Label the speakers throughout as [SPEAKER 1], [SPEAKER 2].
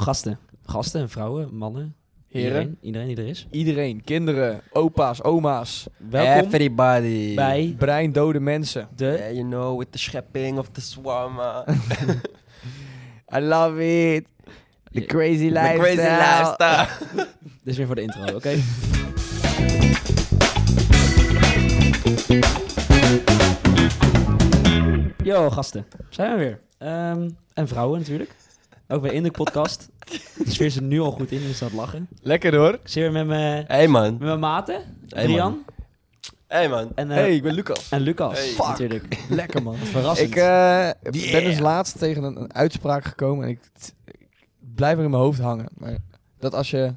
[SPEAKER 1] gasten. Gasten en vrouwen, mannen.
[SPEAKER 2] Heren,
[SPEAKER 1] Iedereen, iedereen die er is.
[SPEAKER 2] iedereen, kinderen, opa's, oma's,
[SPEAKER 1] Welkom
[SPEAKER 3] Everybody.
[SPEAKER 1] bij
[SPEAKER 2] breindode mensen.
[SPEAKER 1] de...
[SPEAKER 3] Yeah, you know, with the schepping of the uh. swarma.
[SPEAKER 2] I love it. The
[SPEAKER 1] The
[SPEAKER 2] crazy
[SPEAKER 3] The
[SPEAKER 2] lifestyle.
[SPEAKER 3] crazy lifestyle.
[SPEAKER 1] Dit is weer voor de intro, oké? Yo, gasten. Zijn we weer. Ehm, en vrouwen natuurlijk. Ook bij Induk Podcast. De sfeer zit nu al goed in, dus dat lachen.
[SPEAKER 2] Lekker hoor.
[SPEAKER 1] Ik zit weer met mijn
[SPEAKER 3] Hey man.
[SPEAKER 1] met mijn maten,
[SPEAKER 3] Hey, man.
[SPEAKER 1] Brian
[SPEAKER 3] Hey man.
[SPEAKER 1] en, eh,
[SPEAKER 2] hey, ik ben Lucas.
[SPEAKER 1] en Lucas
[SPEAKER 3] Hey. Fuck.
[SPEAKER 1] natuurlijk. Lekker man, verrassend.
[SPEAKER 2] Ik eh, ben dus
[SPEAKER 3] Yeah.
[SPEAKER 2] laatst tegen een, een uitspraak gekomen en ik, t- ik blijf er in mijn hoofd hangen. Maar dat als je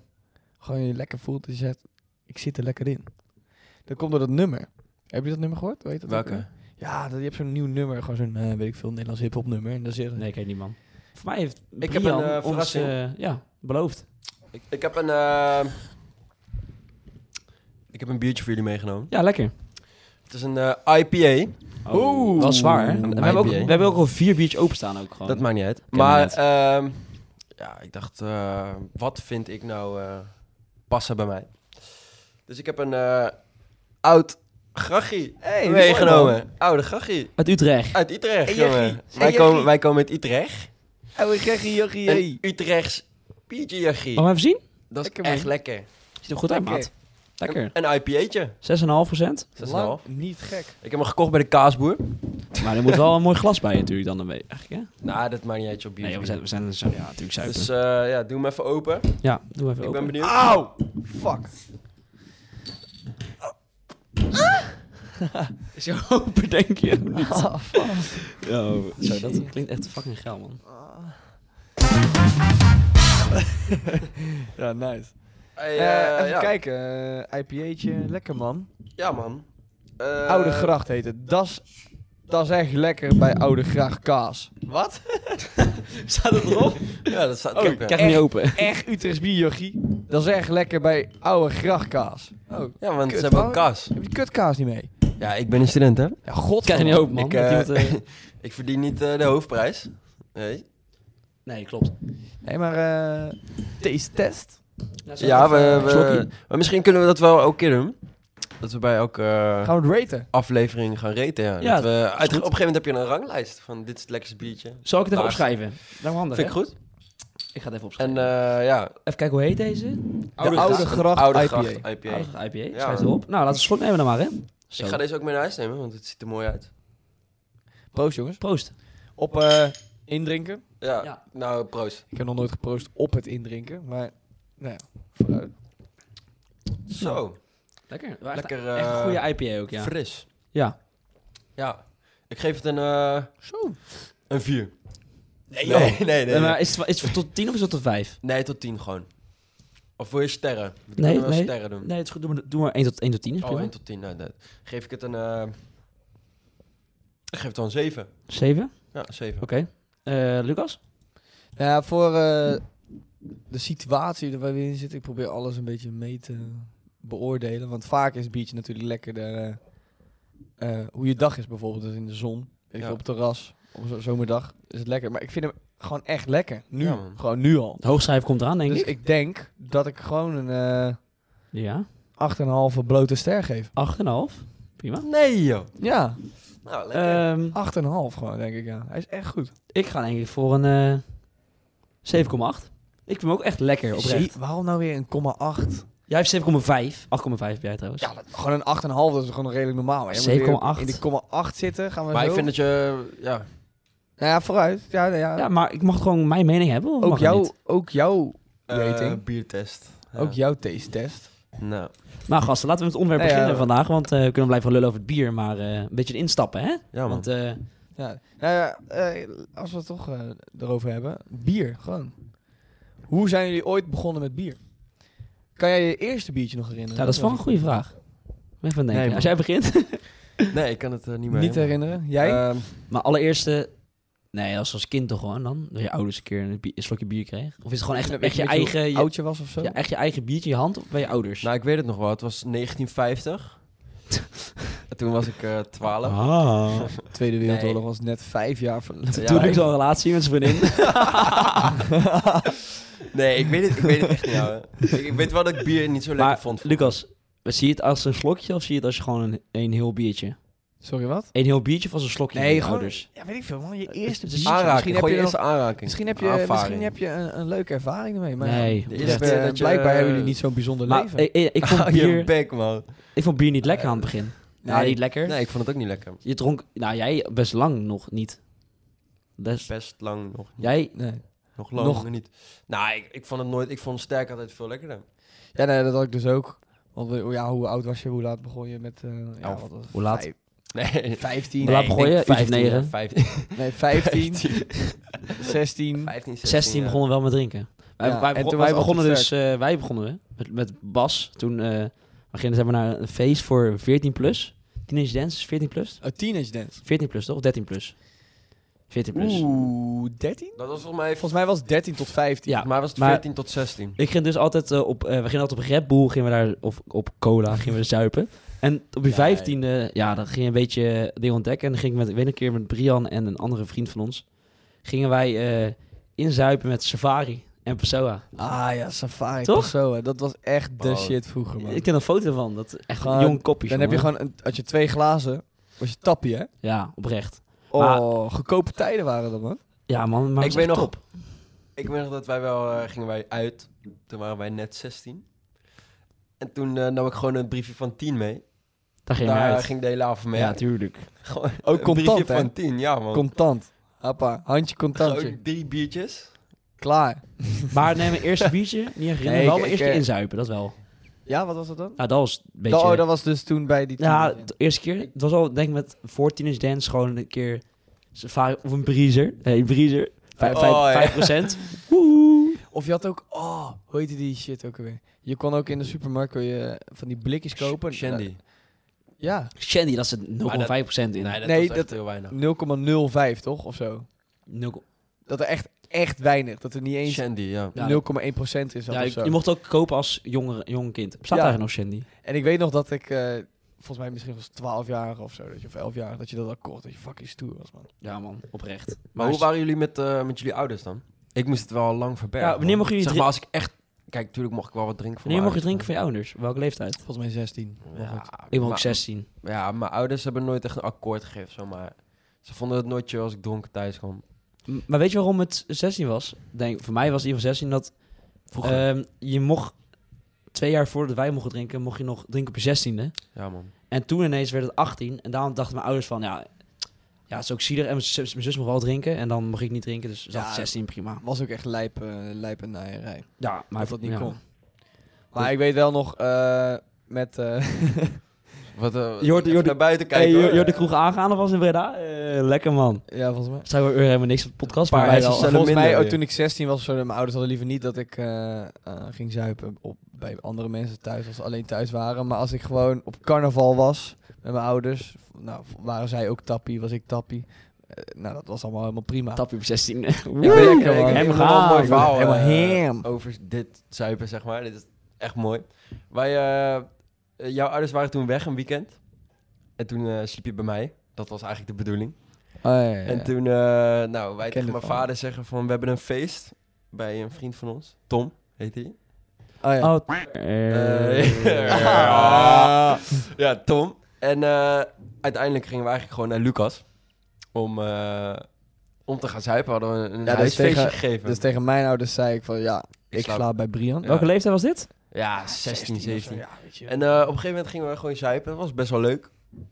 [SPEAKER 2] gewoon je lekker voelt, dat je zegt, ik zit er lekker in. Dat komt door dat nummer. Heb je dat nummer gehoord? Weet dat ook
[SPEAKER 3] Welke?
[SPEAKER 2] weer? Ja, dat, je hebt zo'n nieuw nummer, gewoon zo'n, eh, weet ik veel, Nederlands hip-hop nummer. En dan zeg
[SPEAKER 1] Nee, ik heet niet man. Voor mij heeft Brian
[SPEAKER 3] Ik heb een, eh,
[SPEAKER 1] ons,
[SPEAKER 3] verrassing.
[SPEAKER 1] eh, ja, beloofd.
[SPEAKER 3] Ik, ik heb een... eh, ik heb een biertje voor jullie meegenomen.
[SPEAKER 1] Ja, lekker. Oh,
[SPEAKER 3] Het is een eh, IPA.
[SPEAKER 2] Oeh.
[SPEAKER 1] Dat is waar. hè? En
[SPEAKER 3] Een
[SPEAKER 1] we, hebben ook, we
[SPEAKER 3] IPA.
[SPEAKER 1] hebben ook al vier biertjes openstaan ook gewoon.
[SPEAKER 3] Dat maakt niet uit.
[SPEAKER 1] me
[SPEAKER 3] maar
[SPEAKER 1] niet.
[SPEAKER 3] ehm, ja, ik dacht, eh, wat vind ik nou eh, passen bij mij? Dus ik heb een eh, oud grachie
[SPEAKER 2] Hey,
[SPEAKER 3] meegenomen. Oude grachie.
[SPEAKER 1] Uit Utrecht.
[SPEAKER 3] Uit Utrecht,
[SPEAKER 2] Hey, Jachie.
[SPEAKER 3] jongen.
[SPEAKER 2] Hey,
[SPEAKER 3] Wij
[SPEAKER 2] Jachie.
[SPEAKER 3] komen, wij komen uit Utrecht.
[SPEAKER 2] Oude gekkie, jochie, hey.
[SPEAKER 3] Een Utrechts biertje, Jachie.
[SPEAKER 1] Mag ik even zien?
[SPEAKER 3] Dat is
[SPEAKER 2] Oh, Lekker,
[SPEAKER 3] echt
[SPEAKER 2] man.
[SPEAKER 3] lekker.
[SPEAKER 1] Ziet er goed uit,
[SPEAKER 2] Lekker.
[SPEAKER 1] maat. Lekker.
[SPEAKER 3] Een, een IPA'tje.
[SPEAKER 1] 6,5 procent.
[SPEAKER 3] Dat is
[SPEAKER 2] Lang
[SPEAKER 3] half.
[SPEAKER 2] niet gek.
[SPEAKER 3] Ik heb hem gekocht bij de kaasboer.
[SPEAKER 1] Maar er moet wel een mooi glas bij natuurlijk dan ermee. Eigenlijk, hè?
[SPEAKER 3] Nou, dat maakt niet uit, je op bier.
[SPEAKER 1] Nee, we zijn, we zijn zo, ja, natuurlijk zuipen.
[SPEAKER 3] Dus eh, ja, doe hem even open.
[SPEAKER 1] ja, doe even
[SPEAKER 3] Ik
[SPEAKER 1] open.
[SPEAKER 3] ben benieuwd.
[SPEAKER 2] Auw! Fuck.
[SPEAKER 1] Is je open, denk je? of niet?
[SPEAKER 2] Ah, fuck.
[SPEAKER 1] Yo, zo, dat klinkt echt fucking geil, man.
[SPEAKER 2] Ja, nice.
[SPEAKER 3] Hey,
[SPEAKER 2] Eh,
[SPEAKER 3] eh,
[SPEAKER 2] even
[SPEAKER 3] ja.
[SPEAKER 2] kijken. eh, IPA'tje. Lekker, man.
[SPEAKER 3] Ja, man. Eh,
[SPEAKER 2] Oude Gracht heet het. Das, das echt lekker bij Oude Gracht kaas. Wat?
[SPEAKER 1] Staat het erop?
[SPEAKER 3] Ja, dat staat.
[SPEAKER 2] Oh,
[SPEAKER 3] kijk,
[SPEAKER 1] Ik
[SPEAKER 3] ja.
[SPEAKER 1] krijg hem niet open.
[SPEAKER 2] Echt Utrechts bier, jochie. Dat is echt lekker bij Oude Gracht kaas. Oh,
[SPEAKER 3] ja, want
[SPEAKER 2] Kut,
[SPEAKER 3] ze hebben ook
[SPEAKER 2] vrouw.
[SPEAKER 3] kaas.
[SPEAKER 2] heb je kutkaas niet mee?
[SPEAKER 3] Ja, ik ben een student, hè?
[SPEAKER 2] Ja, god.
[SPEAKER 1] Ik krijg hem niet open, man.
[SPEAKER 3] Ik,
[SPEAKER 1] Dat
[SPEAKER 3] eh,
[SPEAKER 1] iemand, eh,
[SPEAKER 3] Ik verdien niet eh, de hoofdprijs. Nee.
[SPEAKER 1] Nee, klopt.
[SPEAKER 2] Nee, maar eh taste test.
[SPEAKER 3] Ja, we, we,
[SPEAKER 1] Slokkie.
[SPEAKER 3] maar misschien kunnen we dat wel elke keer doen. Dat we bij elke eh,
[SPEAKER 2] Gaan we het raten?
[SPEAKER 3] aflevering gaan raten. Ja.
[SPEAKER 1] Ja,
[SPEAKER 3] Dat we, uit, op een
[SPEAKER 1] goed.
[SPEAKER 3] gegeven moment heb je een ranglijst van dit is het lekkerste biertje.
[SPEAKER 1] Zal ik het even
[SPEAKER 3] Paars.
[SPEAKER 1] opschrijven? Dat handig,
[SPEAKER 3] Vind ik
[SPEAKER 1] hè?
[SPEAKER 3] goed.
[SPEAKER 1] Ik ga het even opschrijven.
[SPEAKER 3] En eh, ja,
[SPEAKER 1] even kijken, hoe heet deze?
[SPEAKER 2] Oude Oude Gracht. Gracht
[SPEAKER 3] Oude
[SPEAKER 2] IPA.
[SPEAKER 3] Gracht IPA.
[SPEAKER 1] Aardig IPA. Ik
[SPEAKER 3] Ja,
[SPEAKER 1] schrijf
[SPEAKER 3] man.
[SPEAKER 1] het erop. Nou, laten we een slok nemen dan maar, hè? Zo.
[SPEAKER 3] Ik ga deze ook mee naar huis nemen, want het ziet er mooi uit.
[SPEAKER 2] Proost, jongens.
[SPEAKER 1] Proost.
[SPEAKER 2] Op eh, indrinken.
[SPEAKER 3] Ja,
[SPEAKER 1] Ja.
[SPEAKER 3] nou, proost.
[SPEAKER 2] Ik heb nog nooit geproost op het indrinken, maar nou ja, vooruit.
[SPEAKER 3] Zo,
[SPEAKER 1] Lekker. Echt-
[SPEAKER 3] lekker
[SPEAKER 1] Echt een
[SPEAKER 3] eh,
[SPEAKER 1] goede IPA ook, ja.
[SPEAKER 3] fris.
[SPEAKER 1] Ja.
[SPEAKER 3] Ja, ik geef het een, eh
[SPEAKER 2] Zo.
[SPEAKER 3] een 4. Nee,
[SPEAKER 1] joh.
[SPEAKER 3] nee, nee, nee.
[SPEAKER 1] Eh, Maar is het, is het tot 10 of is het tot 5?
[SPEAKER 3] Nee, tot 10 gewoon. Of wil je sterren? We
[SPEAKER 1] Nee,
[SPEAKER 3] kunnen wel
[SPEAKER 1] nee.
[SPEAKER 3] sterren doen.
[SPEAKER 1] Nee, het is goed. Doe maar, doe maar 1 tot, 1 tot 10. Is
[SPEAKER 3] Oh,
[SPEAKER 1] prima.
[SPEAKER 3] 1 tot 10, nou, dat. Geef ik het een... eh, ik geef het wel een 7.
[SPEAKER 1] 7. Oké.
[SPEAKER 3] Ja, 7.
[SPEAKER 1] Eh, Lucas?
[SPEAKER 2] Nou ja, voor eh, de situatie waar we in zitten, ik probeer alles een beetje mee te beoordelen. Want vaak is het biertje natuurlijk lekkerder eh, eh, hoe je dag is bijvoorbeeld, dus in de zon. Weet ik
[SPEAKER 3] Ja.
[SPEAKER 2] veel, Op het terras, op zo'n zomerdag is het lekker. Maar ik vind hem gewoon echt lekker, nu.
[SPEAKER 3] Ja, man.
[SPEAKER 2] gewoon nu al.
[SPEAKER 1] Het hoogschrijf komt eraan, denk
[SPEAKER 2] dus
[SPEAKER 1] ik.
[SPEAKER 2] ik denk dat ik gewoon een
[SPEAKER 1] Ja.
[SPEAKER 2] eh 8,5 blote ster geef.
[SPEAKER 1] 8,5. Prima.
[SPEAKER 3] Nee, joh.
[SPEAKER 2] Ja, 8,5
[SPEAKER 3] Nou, lekker.
[SPEAKER 1] Ehm
[SPEAKER 2] gewoon denk ik ja. Hij is echt goed.
[SPEAKER 1] ik ga denk ik voor een eh 7,8. Ik vind hem ook echt lekker oprecht.
[SPEAKER 2] Zie- waarom nou weer een 0,8?
[SPEAKER 1] Jij hebt 7,5. 8,5 heb jij trouwens.
[SPEAKER 2] Ja, dat- gewoon een 8,5, dat is gewoon redelijk normaal. hè. Je moet
[SPEAKER 1] 7,8.
[SPEAKER 2] weer In de 0,8 zitten, gaan we
[SPEAKER 3] maar
[SPEAKER 2] zo.
[SPEAKER 3] ik vind dat je... Ja,
[SPEAKER 2] Nou ja, vooruit. Ja, nou ja.
[SPEAKER 1] Ja, maar ik mag gewoon mijn mening hebben. of
[SPEAKER 2] ook,
[SPEAKER 1] mag dat
[SPEAKER 2] jou,
[SPEAKER 1] niet?
[SPEAKER 2] ook, jou,
[SPEAKER 3] eh,
[SPEAKER 2] Rating.
[SPEAKER 3] biertest. Ja.
[SPEAKER 2] ook jouw taste test.
[SPEAKER 3] Nou,
[SPEAKER 1] Nou, gasten, laten we met het onderwerp
[SPEAKER 2] Nou ja,
[SPEAKER 1] beginnen vandaag. Want eh, we kunnen blijven lullen over het bier, maar eh, een beetje instappen, hè?
[SPEAKER 3] ja, man.
[SPEAKER 1] Want eh,
[SPEAKER 2] Ja. Nou ja, eh, als we het toch eh, erover hebben. Bier, gewoon. Hoe zijn jullie ooit begonnen met bier? Kan jij je eerste biertje nog herinneren?
[SPEAKER 1] ja, dat is wel een goede vraag. Even aan het denken.
[SPEAKER 3] Nee, man.
[SPEAKER 1] Als jij begint.
[SPEAKER 3] Nee, ik kan het eh, niet meer
[SPEAKER 2] Niet
[SPEAKER 3] herinneren.
[SPEAKER 2] herinneren? Jij?
[SPEAKER 3] Ehm,
[SPEAKER 1] maar allereerst, eh, nee, dat was als kind toch gewoon dan? Dat je ouders een keer een, bi- een slokje bier kreeg? Of is het gewoon echt,
[SPEAKER 2] Weet
[SPEAKER 1] echt je
[SPEAKER 2] weet hoe
[SPEAKER 1] eigen... Je,
[SPEAKER 2] oud je was of zo?
[SPEAKER 1] ja, echt je eigen biertje in je hand of bij je ouders?
[SPEAKER 3] nou, ik weet het nog wel. Het was 1950. En Toen was ik eh 12.
[SPEAKER 1] Ah.
[SPEAKER 2] Tweede Wereldoorlog
[SPEAKER 3] Nee.
[SPEAKER 2] was net vijf jaar van...
[SPEAKER 3] Ja,
[SPEAKER 1] Toen
[SPEAKER 3] ik-
[SPEAKER 1] ik zo'n relatie met zijn vriendin.
[SPEAKER 3] Nee, ik weet het, ik weet het echt niet. ouwe. Ik, ik weet wel dat ik bier niet zo lekker
[SPEAKER 1] Maar
[SPEAKER 3] vond.
[SPEAKER 1] Lucas, zie je het als een slokje of zie je het als gewoon een, een heel biertje?
[SPEAKER 2] Sorry, wat?
[SPEAKER 1] Een heel biertje of als een slokje
[SPEAKER 2] Nee,
[SPEAKER 1] van je
[SPEAKER 2] gewoon-
[SPEAKER 1] ouders?
[SPEAKER 2] Ja, weet ik veel, man. Je
[SPEAKER 1] eerste
[SPEAKER 2] eerste
[SPEAKER 1] biertje.
[SPEAKER 3] aanraking,
[SPEAKER 2] heb
[SPEAKER 3] gewoon je
[SPEAKER 2] je
[SPEAKER 3] eerste aanraking.
[SPEAKER 2] Misschien heb je,
[SPEAKER 3] Aanvaring.
[SPEAKER 2] misschien heb je een, een leuke ervaring ermee. Maar
[SPEAKER 1] Nee.
[SPEAKER 2] ja,
[SPEAKER 3] De
[SPEAKER 2] dus
[SPEAKER 3] eerste
[SPEAKER 2] eh,
[SPEAKER 3] keer dat je-
[SPEAKER 2] blijkbaar hebben jullie niet zo'n bijzonder
[SPEAKER 1] Maar
[SPEAKER 2] leven. Eh,
[SPEAKER 1] eh, eh, ik, vond
[SPEAKER 3] Hou je
[SPEAKER 1] bier,
[SPEAKER 3] bek, man.
[SPEAKER 1] ik vond bier niet lekker aan het begin. Nou,
[SPEAKER 2] Nee.
[SPEAKER 1] niet lekker.
[SPEAKER 3] Nee, ik vond het ook niet lekker.
[SPEAKER 1] Je dronk, nou jij best lang nog niet. Best,
[SPEAKER 3] Best lang nog. niet.
[SPEAKER 1] jij,
[SPEAKER 2] nee.
[SPEAKER 3] Nog
[SPEAKER 2] nog-
[SPEAKER 3] lang nog niet. Nou, ik, ik vond het nooit... Ik vond sterk altijd veel lekkerder.
[SPEAKER 2] Ja, nee, dat had ik dus ook. Want we- ja, hoe oud was je? Hoe laat begon je met... eh, ja,
[SPEAKER 3] Elf.
[SPEAKER 2] wat was het?
[SPEAKER 1] Hoe laat?
[SPEAKER 2] Vijf-
[SPEAKER 3] Nee.
[SPEAKER 2] 15.
[SPEAKER 1] Hoe laat
[SPEAKER 2] Nee,
[SPEAKER 1] begon je? Uurtje of negen?
[SPEAKER 3] 15,
[SPEAKER 2] Nee, 15, 16.
[SPEAKER 3] 15, 16.
[SPEAKER 1] 16
[SPEAKER 3] ja.
[SPEAKER 1] begonnen we wel met drinken. Wij,
[SPEAKER 2] Ja,
[SPEAKER 1] wij,
[SPEAKER 2] en
[SPEAKER 1] begon-
[SPEAKER 2] toen
[SPEAKER 1] wij
[SPEAKER 2] was het
[SPEAKER 1] begonnen
[SPEAKER 2] te
[SPEAKER 1] dus, eh, wij begonnen hè, met, met Bas. Toen eh we gingen zeg maar, naar een feest voor 14 plus. Teenage Dance is 14 plus?
[SPEAKER 2] Oh, teenage dance.
[SPEAKER 1] 14 plus toch? Of 13 plus? 14 plus.
[SPEAKER 2] Oeh, 13?
[SPEAKER 3] Dat was volgens mij...
[SPEAKER 2] Volgens mij was het 13 tot 15.
[SPEAKER 1] Ja,
[SPEAKER 3] volgens mij was het
[SPEAKER 1] maar-
[SPEAKER 3] 14 tot 16.
[SPEAKER 1] Ik ging dus altijd eh, op, eh, we gingen altijd op Red Bull, gingen we daar, of op cola, gingen we zuipen. En op die
[SPEAKER 2] Ja,
[SPEAKER 1] vijftiende, ja, dan ging je een beetje eh, dingen ontdekken. En dan ging ik met, ik weet een keer met Brian en een andere vriend van ons, gingen wij eh, inzuipen met Safari en Pessoa.
[SPEAKER 2] Ah ja, Safari
[SPEAKER 1] Toch?
[SPEAKER 2] Passoa. Dat was echt de
[SPEAKER 3] Oh,
[SPEAKER 2] shit vroeger, man.
[SPEAKER 1] Ik ken een foto van, dat is echt een
[SPEAKER 2] Gewoon-
[SPEAKER 1] jong kopje.
[SPEAKER 2] Dan heb je gewoon, een, had je twee glazen, was je tappie, hè?
[SPEAKER 1] Ja, oprecht.
[SPEAKER 2] Oh,
[SPEAKER 1] Maar-
[SPEAKER 2] goedkope tijden waren dat, man.
[SPEAKER 1] Ja man, maar
[SPEAKER 3] Ik weet nog- Ik weet nog dat wij wel eh, gingen wij uit. Toen waren wij net 16. En toen eh, nam ik gewoon een briefje van 10 mee.
[SPEAKER 1] Daar ging je
[SPEAKER 3] Daar
[SPEAKER 1] mee uit.
[SPEAKER 3] ging de hele avond mee.
[SPEAKER 1] ja,
[SPEAKER 3] uit.
[SPEAKER 1] tuurlijk.
[SPEAKER 3] Gewoon
[SPEAKER 2] Ook
[SPEAKER 3] een
[SPEAKER 2] contant,
[SPEAKER 3] briefje
[SPEAKER 2] hè?
[SPEAKER 3] van 10, ja man.
[SPEAKER 2] Contant. Happa, handje contantje.
[SPEAKER 3] Gewoon drie biertjes.
[SPEAKER 2] Klaar.
[SPEAKER 1] Maar neem een eerste biertje, niet herinneren,
[SPEAKER 2] Nee, ik-
[SPEAKER 1] wel mijn
[SPEAKER 2] ik,
[SPEAKER 1] eerste
[SPEAKER 2] eh,
[SPEAKER 1] inzuipen, dat wel.
[SPEAKER 2] Ja, wat was dat dan?
[SPEAKER 1] Nou, dat was een beetje...
[SPEAKER 2] Dat- Oh, dat was dus toen bij die...
[SPEAKER 1] Ja,
[SPEAKER 2] teenage-
[SPEAKER 1] de eerste keer. Het was al, denk ik, met voor Teenage Dance gewoon een keer safari of een breezer. hey, breezer. Vijf,
[SPEAKER 3] Oh,
[SPEAKER 1] vijf,
[SPEAKER 3] ja.
[SPEAKER 1] vijf procent. Woehoe.
[SPEAKER 2] Of je had ook... Oh, hoe heette die shit ook alweer? Je kon ook in de supermarkt kon je eh, van die blikjes kopen. Eh,
[SPEAKER 3] Shandy.
[SPEAKER 2] Ja,
[SPEAKER 1] Shandy, dat zit 0,5% in.
[SPEAKER 3] Nee, dat
[SPEAKER 2] Nee,
[SPEAKER 3] was echt
[SPEAKER 2] dat-
[SPEAKER 3] heel weinig.
[SPEAKER 2] 0,05 toch? Of zo.
[SPEAKER 1] Nul-
[SPEAKER 2] Dat er echt, echt weinig. Dat er niet eens 0,1%
[SPEAKER 3] Shandy, ja.
[SPEAKER 1] Ja.
[SPEAKER 2] is.
[SPEAKER 1] Ja,
[SPEAKER 2] Ja,
[SPEAKER 1] je, je mocht ook kopen als jongere, jong kind. Bestaat
[SPEAKER 2] Ja.
[SPEAKER 1] daar nog Shandy?
[SPEAKER 2] En ik weet nog dat ik, eh, volgens mij misschien was 12 jaar of zo, dat je, of 11 jaar, dat je dat al kocht. Dat je fucking stoer was, man.
[SPEAKER 1] Ja man, oprecht.
[SPEAKER 3] Maar hoe waren jullie met, eh, met jullie ouders dan? Ik moest het wel al lang verbergen.
[SPEAKER 1] Ja, wanneer
[SPEAKER 3] man.
[SPEAKER 1] mogen jullie
[SPEAKER 3] Zeg
[SPEAKER 1] drie-
[SPEAKER 3] maar, als ik echt... Kijk, natuurlijk mocht ik wel wat drinken van
[SPEAKER 1] Wanneer mocht je
[SPEAKER 3] mijn
[SPEAKER 1] drinken van je ouders? Welke leeftijd?
[SPEAKER 2] Volgens mij 16.
[SPEAKER 3] ouders.
[SPEAKER 2] Ja.
[SPEAKER 3] Ja,
[SPEAKER 1] Ik ben ook
[SPEAKER 3] maar-
[SPEAKER 1] 16.
[SPEAKER 3] Ja, mijn ouders hebben nooit echt een akkoord gegeven, zomaar. Ze vonden het nooit chill als ik dronken thuis kwam.
[SPEAKER 1] M- Maar weet je waarom het 16 was? Denk, voor mij was het in ieder geval 16 dat ehm, je mocht twee jaar voordat wij mochten drinken, mocht je nog drinken op je 16e.
[SPEAKER 3] ja, man.
[SPEAKER 1] En toen ineens werd het 18. En daarom dachten mijn ouders van, ja, ja het is ook zielig. En mijn zus, mijn zus mocht wel drinken. En dan mocht ik niet drinken. Dus dat
[SPEAKER 2] Ja.
[SPEAKER 1] 16 prima.
[SPEAKER 2] Was ook echt lijp, eh, lijp en naaierij.
[SPEAKER 1] Ja, maar
[SPEAKER 2] dat dat niet
[SPEAKER 1] ja.
[SPEAKER 2] kon. Maar ik weet wel nog eh, met... eh,
[SPEAKER 3] Wat, eh
[SPEAKER 1] Je hoort- je
[SPEAKER 3] even
[SPEAKER 1] hoort-
[SPEAKER 3] naar buiten
[SPEAKER 1] Hey,
[SPEAKER 3] kijken.
[SPEAKER 1] je,
[SPEAKER 3] hoor.
[SPEAKER 1] je had de kroeg aangaan of was in Breda? Eh, lekker man.
[SPEAKER 2] ja, volgens mij.
[SPEAKER 1] Zijn we weer helemaal niks op de podcast,
[SPEAKER 3] Een
[SPEAKER 1] maar
[SPEAKER 3] paar
[SPEAKER 1] wij
[SPEAKER 3] ijsjes
[SPEAKER 1] wel.
[SPEAKER 3] zelf.
[SPEAKER 2] Volgens
[SPEAKER 3] minder
[SPEAKER 2] mij, ook
[SPEAKER 3] weer.
[SPEAKER 2] toen ik 16 was, of zo, mijn ouders hadden liever niet dat ik eh, eh, ging zuipen op, bij andere mensen thuis, als ze alleen thuis waren. Maar als ik gewoon op carnaval was met mijn ouders, nou, waren zij ook tappie, was ik tappie. Eh, nou, dat was allemaal helemaal prima.
[SPEAKER 1] Tap je op 16.
[SPEAKER 3] Ik
[SPEAKER 1] Woe!
[SPEAKER 3] weet-
[SPEAKER 2] lekker,
[SPEAKER 3] ik- ik-
[SPEAKER 2] man.
[SPEAKER 3] ik heb nog wel
[SPEAKER 1] Helemaal
[SPEAKER 3] een mooi verhaal
[SPEAKER 2] helemaal
[SPEAKER 3] eh,
[SPEAKER 2] hem.
[SPEAKER 3] over dit zuipen, zeg maar. Dit is echt mooi. Wij, eh, eh, jouw ouders waren toen weg een weekend. En toen eh, sliep je bij mij. Dat was eigenlijk de bedoeling.
[SPEAKER 2] Oh, ja, ja, ja.
[SPEAKER 3] En toen, eh, nou, wij
[SPEAKER 2] ken
[SPEAKER 3] tegen
[SPEAKER 2] het
[SPEAKER 3] mijn
[SPEAKER 2] wel.
[SPEAKER 3] vader zeggen van... We hebben een feest bij een vriend van ons. Tom, heet hij.
[SPEAKER 2] Oh, ja.
[SPEAKER 1] Oh, t-
[SPEAKER 2] Eh,
[SPEAKER 1] eh.
[SPEAKER 3] Eh, ja, Tom. En eh, uiteindelijk gingen we eigenlijk gewoon naar Lucas. Om, eh, om te gaan zuipen. Hadden we een
[SPEAKER 2] dus
[SPEAKER 3] huisfeestje
[SPEAKER 2] tegen-
[SPEAKER 3] gegeven.
[SPEAKER 2] Dus tegen mijn ouders zei ik van, ja, ik
[SPEAKER 3] slaap-
[SPEAKER 2] slaap bij Brian.
[SPEAKER 3] Ja.
[SPEAKER 1] Welke leeftijd was dit?
[SPEAKER 3] ja,
[SPEAKER 2] Ah,
[SPEAKER 3] 16, 17.
[SPEAKER 2] Ja, weet je.
[SPEAKER 3] En eh, op een gegeven moment gingen we gewoon zuipen. Dat was best wel leuk.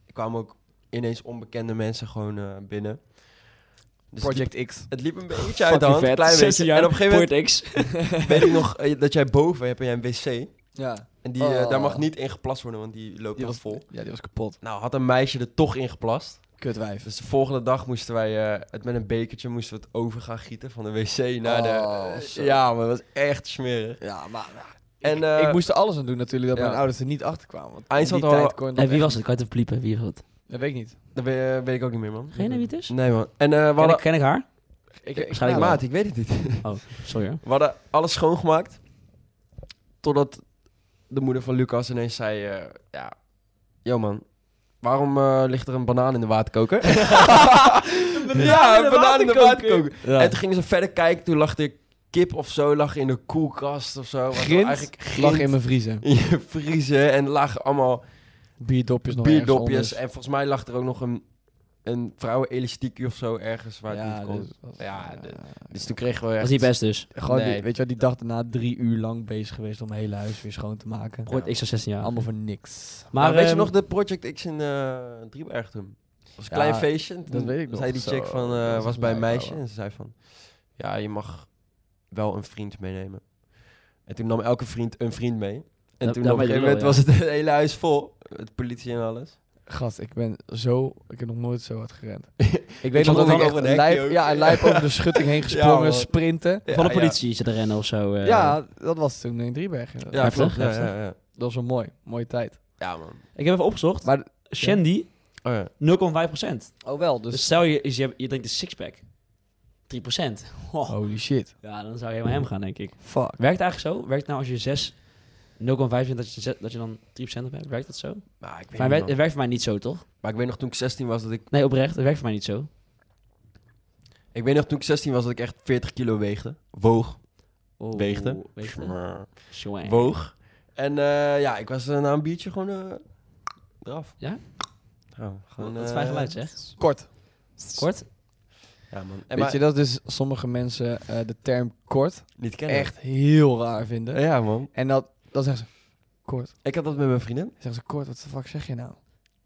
[SPEAKER 3] Er kwamen ook ineens onbekende mensen gewoon eh, binnen. Dus het liep-
[SPEAKER 2] Project X.
[SPEAKER 3] het liep een beetje uit de hand, een klein
[SPEAKER 1] 16
[SPEAKER 3] beetje.
[SPEAKER 1] jaar,
[SPEAKER 3] En op een gegeven
[SPEAKER 1] Poort X.
[SPEAKER 3] moment weet ik nog eh, dat jij boven hebt en jij een wc.
[SPEAKER 2] Ja.
[SPEAKER 3] En die, eh, daar
[SPEAKER 2] Oh.
[SPEAKER 3] mag niet in geplast worden, want die loopt
[SPEAKER 2] Die
[SPEAKER 3] dan
[SPEAKER 2] was
[SPEAKER 3] vol.
[SPEAKER 2] vol. Ja, die was kapot.
[SPEAKER 3] Nou, had een meisje er toch in geplast.
[SPEAKER 2] Kutwijf.
[SPEAKER 3] Dus de volgende dag moesten wij eh, het met een bekertje moesten we het over gaan gieten van de wc naar
[SPEAKER 2] Oh,
[SPEAKER 3] de.
[SPEAKER 2] zo.
[SPEAKER 3] ja, maar dat was echt smerig.
[SPEAKER 2] Ja, maar...
[SPEAKER 3] En
[SPEAKER 2] ik,
[SPEAKER 3] eh,
[SPEAKER 2] ik moest er alles aan doen natuurlijk, dat
[SPEAKER 3] ja.
[SPEAKER 2] mijn ouders er niet achter kwamen. Want
[SPEAKER 3] Eins
[SPEAKER 2] in die
[SPEAKER 3] had al-
[SPEAKER 2] tijd kon je dat
[SPEAKER 1] En wie
[SPEAKER 2] echt
[SPEAKER 1] was het? Kan je het even bliepen? Wie was het?
[SPEAKER 2] niet. Dat weet ik niet.
[SPEAKER 3] dat weet, weet ik ook niet meer, man.
[SPEAKER 1] Geen idee wie het is?
[SPEAKER 3] Nee, man. En eh, we
[SPEAKER 1] Ken ik,
[SPEAKER 3] hadden.
[SPEAKER 1] ken ik haar?
[SPEAKER 2] Ik,
[SPEAKER 1] Waarschijnlijk
[SPEAKER 3] maat, ik weet het niet.
[SPEAKER 1] Oh, sorry hoor.
[SPEAKER 3] We hadden alles schoongemaakt. Totdat de moeder van Lucas ineens zei: eh, Ja, yo man, waarom eh, ligt er een banaan in de waterkoker?
[SPEAKER 1] banaan in de
[SPEAKER 3] ja, een banaan in de
[SPEAKER 1] waterkoker.
[SPEAKER 3] waterkoker. En toen gingen ze verder kijken, toen lag er kip of zo lag in de koelkast of zo. Wat
[SPEAKER 2] Grind?
[SPEAKER 3] Eigenlijk grind
[SPEAKER 2] Lag in mijn vriezer.
[SPEAKER 3] in je vriezen en lagen allemaal
[SPEAKER 2] Bierdopjes nog ergens
[SPEAKER 3] bierdopjes.
[SPEAKER 2] anders.
[SPEAKER 3] En volgens mij lag er ook nog een, een vrouwenelastiekje of zo ergens waar het
[SPEAKER 2] Ja,
[SPEAKER 3] niet kon.
[SPEAKER 2] dus-
[SPEAKER 3] Ja,
[SPEAKER 2] ja,
[SPEAKER 3] de- Dus toen kregen we
[SPEAKER 1] Dat
[SPEAKER 3] echt...
[SPEAKER 1] is niet best dus.
[SPEAKER 2] Gewoon die-
[SPEAKER 3] Nee.
[SPEAKER 2] weet je wel, die dag daarna drie uur lang bezig geweest om mijn hele huis weer schoon te maken.
[SPEAKER 1] Ooit extra 16 jaar.
[SPEAKER 2] Allemaal voor niks.
[SPEAKER 3] Maar, weet je
[SPEAKER 1] ehm,
[SPEAKER 3] nog de Project X in eh Drieberg toen? Dat was een
[SPEAKER 2] Ja,
[SPEAKER 3] klein feestje. En
[SPEAKER 2] dat
[SPEAKER 3] toen
[SPEAKER 2] weet ik nog.
[SPEAKER 3] zei die
[SPEAKER 2] Zo,
[SPEAKER 3] chick van,
[SPEAKER 2] dat
[SPEAKER 3] eh,
[SPEAKER 2] was
[SPEAKER 3] was
[SPEAKER 2] een
[SPEAKER 3] bij een
[SPEAKER 2] lijp,
[SPEAKER 3] meisje
[SPEAKER 2] ouwe.
[SPEAKER 3] en ze zei van, ja, je mag wel een vriend meenemen. En toen nam elke vriend een vriend mee. En
[SPEAKER 1] Da-
[SPEAKER 3] toen
[SPEAKER 1] daarmee
[SPEAKER 3] op een
[SPEAKER 1] doe
[SPEAKER 3] gegeven
[SPEAKER 1] je
[SPEAKER 3] moment
[SPEAKER 1] wel,
[SPEAKER 3] was het hele huis vol. Met politie en alles.
[SPEAKER 2] Gast, ik ben zo... Ik heb nog nooit zo hard gerend. ik
[SPEAKER 3] vond
[SPEAKER 2] weet nog
[SPEAKER 3] het
[SPEAKER 2] dat ik
[SPEAKER 3] wel
[SPEAKER 2] echt
[SPEAKER 3] over een hekje
[SPEAKER 2] lijp,
[SPEAKER 3] ook.
[SPEAKER 2] ja, en lijp over de schutting heen gesprongen,
[SPEAKER 3] man.
[SPEAKER 2] sprinten.
[SPEAKER 3] Ja,
[SPEAKER 1] van de
[SPEAKER 3] ja.
[SPEAKER 1] politie zitten rennen of zo. eh.
[SPEAKER 2] Ja, dat was toen in Drieberg. inderdaad.
[SPEAKER 3] Ja,
[SPEAKER 1] Heftig,
[SPEAKER 3] klopt. Ja,
[SPEAKER 1] heftig.
[SPEAKER 3] ja, ja.
[SPEAKER 2] Dat was wel mooi. Mooie tijd.
[SPEAKER 3] Ja, man.
[SPEAKER 1] Ik heb even opgezocht.
[SPEAKER 2] Maar-
[SPEAKER 1] Shandy,
[SPEAKER 3] Oh, ja.
[SPEAKER 1] 0,5 procent.
[SPEAKER 2] Oh wel,
[SPEAKER 1] Dus stel je, is je, je drinkt een sixpack. 3 procent.
[SPEAKER 2] Holy shit.
[SPEAKER 1] Ja, dan zou je helemaal hem gaan, denk ik.
[SPEAKER 2] Fuck.
[SPEAKER 1] Werkt het eigenlijk zo? Werkt het nou als je 6, 0,5 vindt, dat je, zes- dat je dan 3% op hebt? Werkt dat zo?
[SPEAKER 3] Maar ik, weet
[SPEAKER 1] Maar het
[SPEAKER 3] niet,
[SPEAKER 1] werkt,
[SPEAKER 3] man.
[SPEAKER 1] het werkt voor mij niet zo, toch?
[SPEAKER 3] maar ik weet nog toen ik 16 was dat ik...
[SPEAKER 1] Nee, oprecht. Het werkt voor mij niet zo.
[SPEAKER 3] Ik weet nog toen ik 16 was dat ik echt 40 kilo weegde. Woog.
[SPEAKER 1] Oh,
[SPEAKER 3] Weegde.
[SPEAKER 1] Weegde.
[SPEAKER 3] Schmrr.
[SPEAKER 1] Zwaar.
[SPEAKER 3] woog. En eh, ja, ik was eh, na een biertje gewoon eh, eraf.
[SPEAKER 1] Ja?
[SPEAKER 3] Oh, gewoon,
[SPEAKER 1] Wat een
[SPEAKER 3] eh,
[SPEAKER 1] fijn geluid, zeg.
[SPEAKER 2] Kort.
[SPEAKER 1] Kort.
[SPEAKER 3] Ja, man. En
[SPEAKER 2] Weet
[SPEAKER 3] maar,
[SPEAKER 2] je, dat is dus sommige mensen eh, de term kort
[SPEAKER 3] niet kennen.
[SPEAKER 2] echt heel raar vinden.
[SPEAKER 3] nou. Ja, man.
[SPEAKER 2] En dat, dan zeggen ze, kort.
[SPEAKER 3] Ik had dat met mijn vriendin.
[SPEAKER 2] Dan zeggen ze, kort, wat de fuck zeg je nou?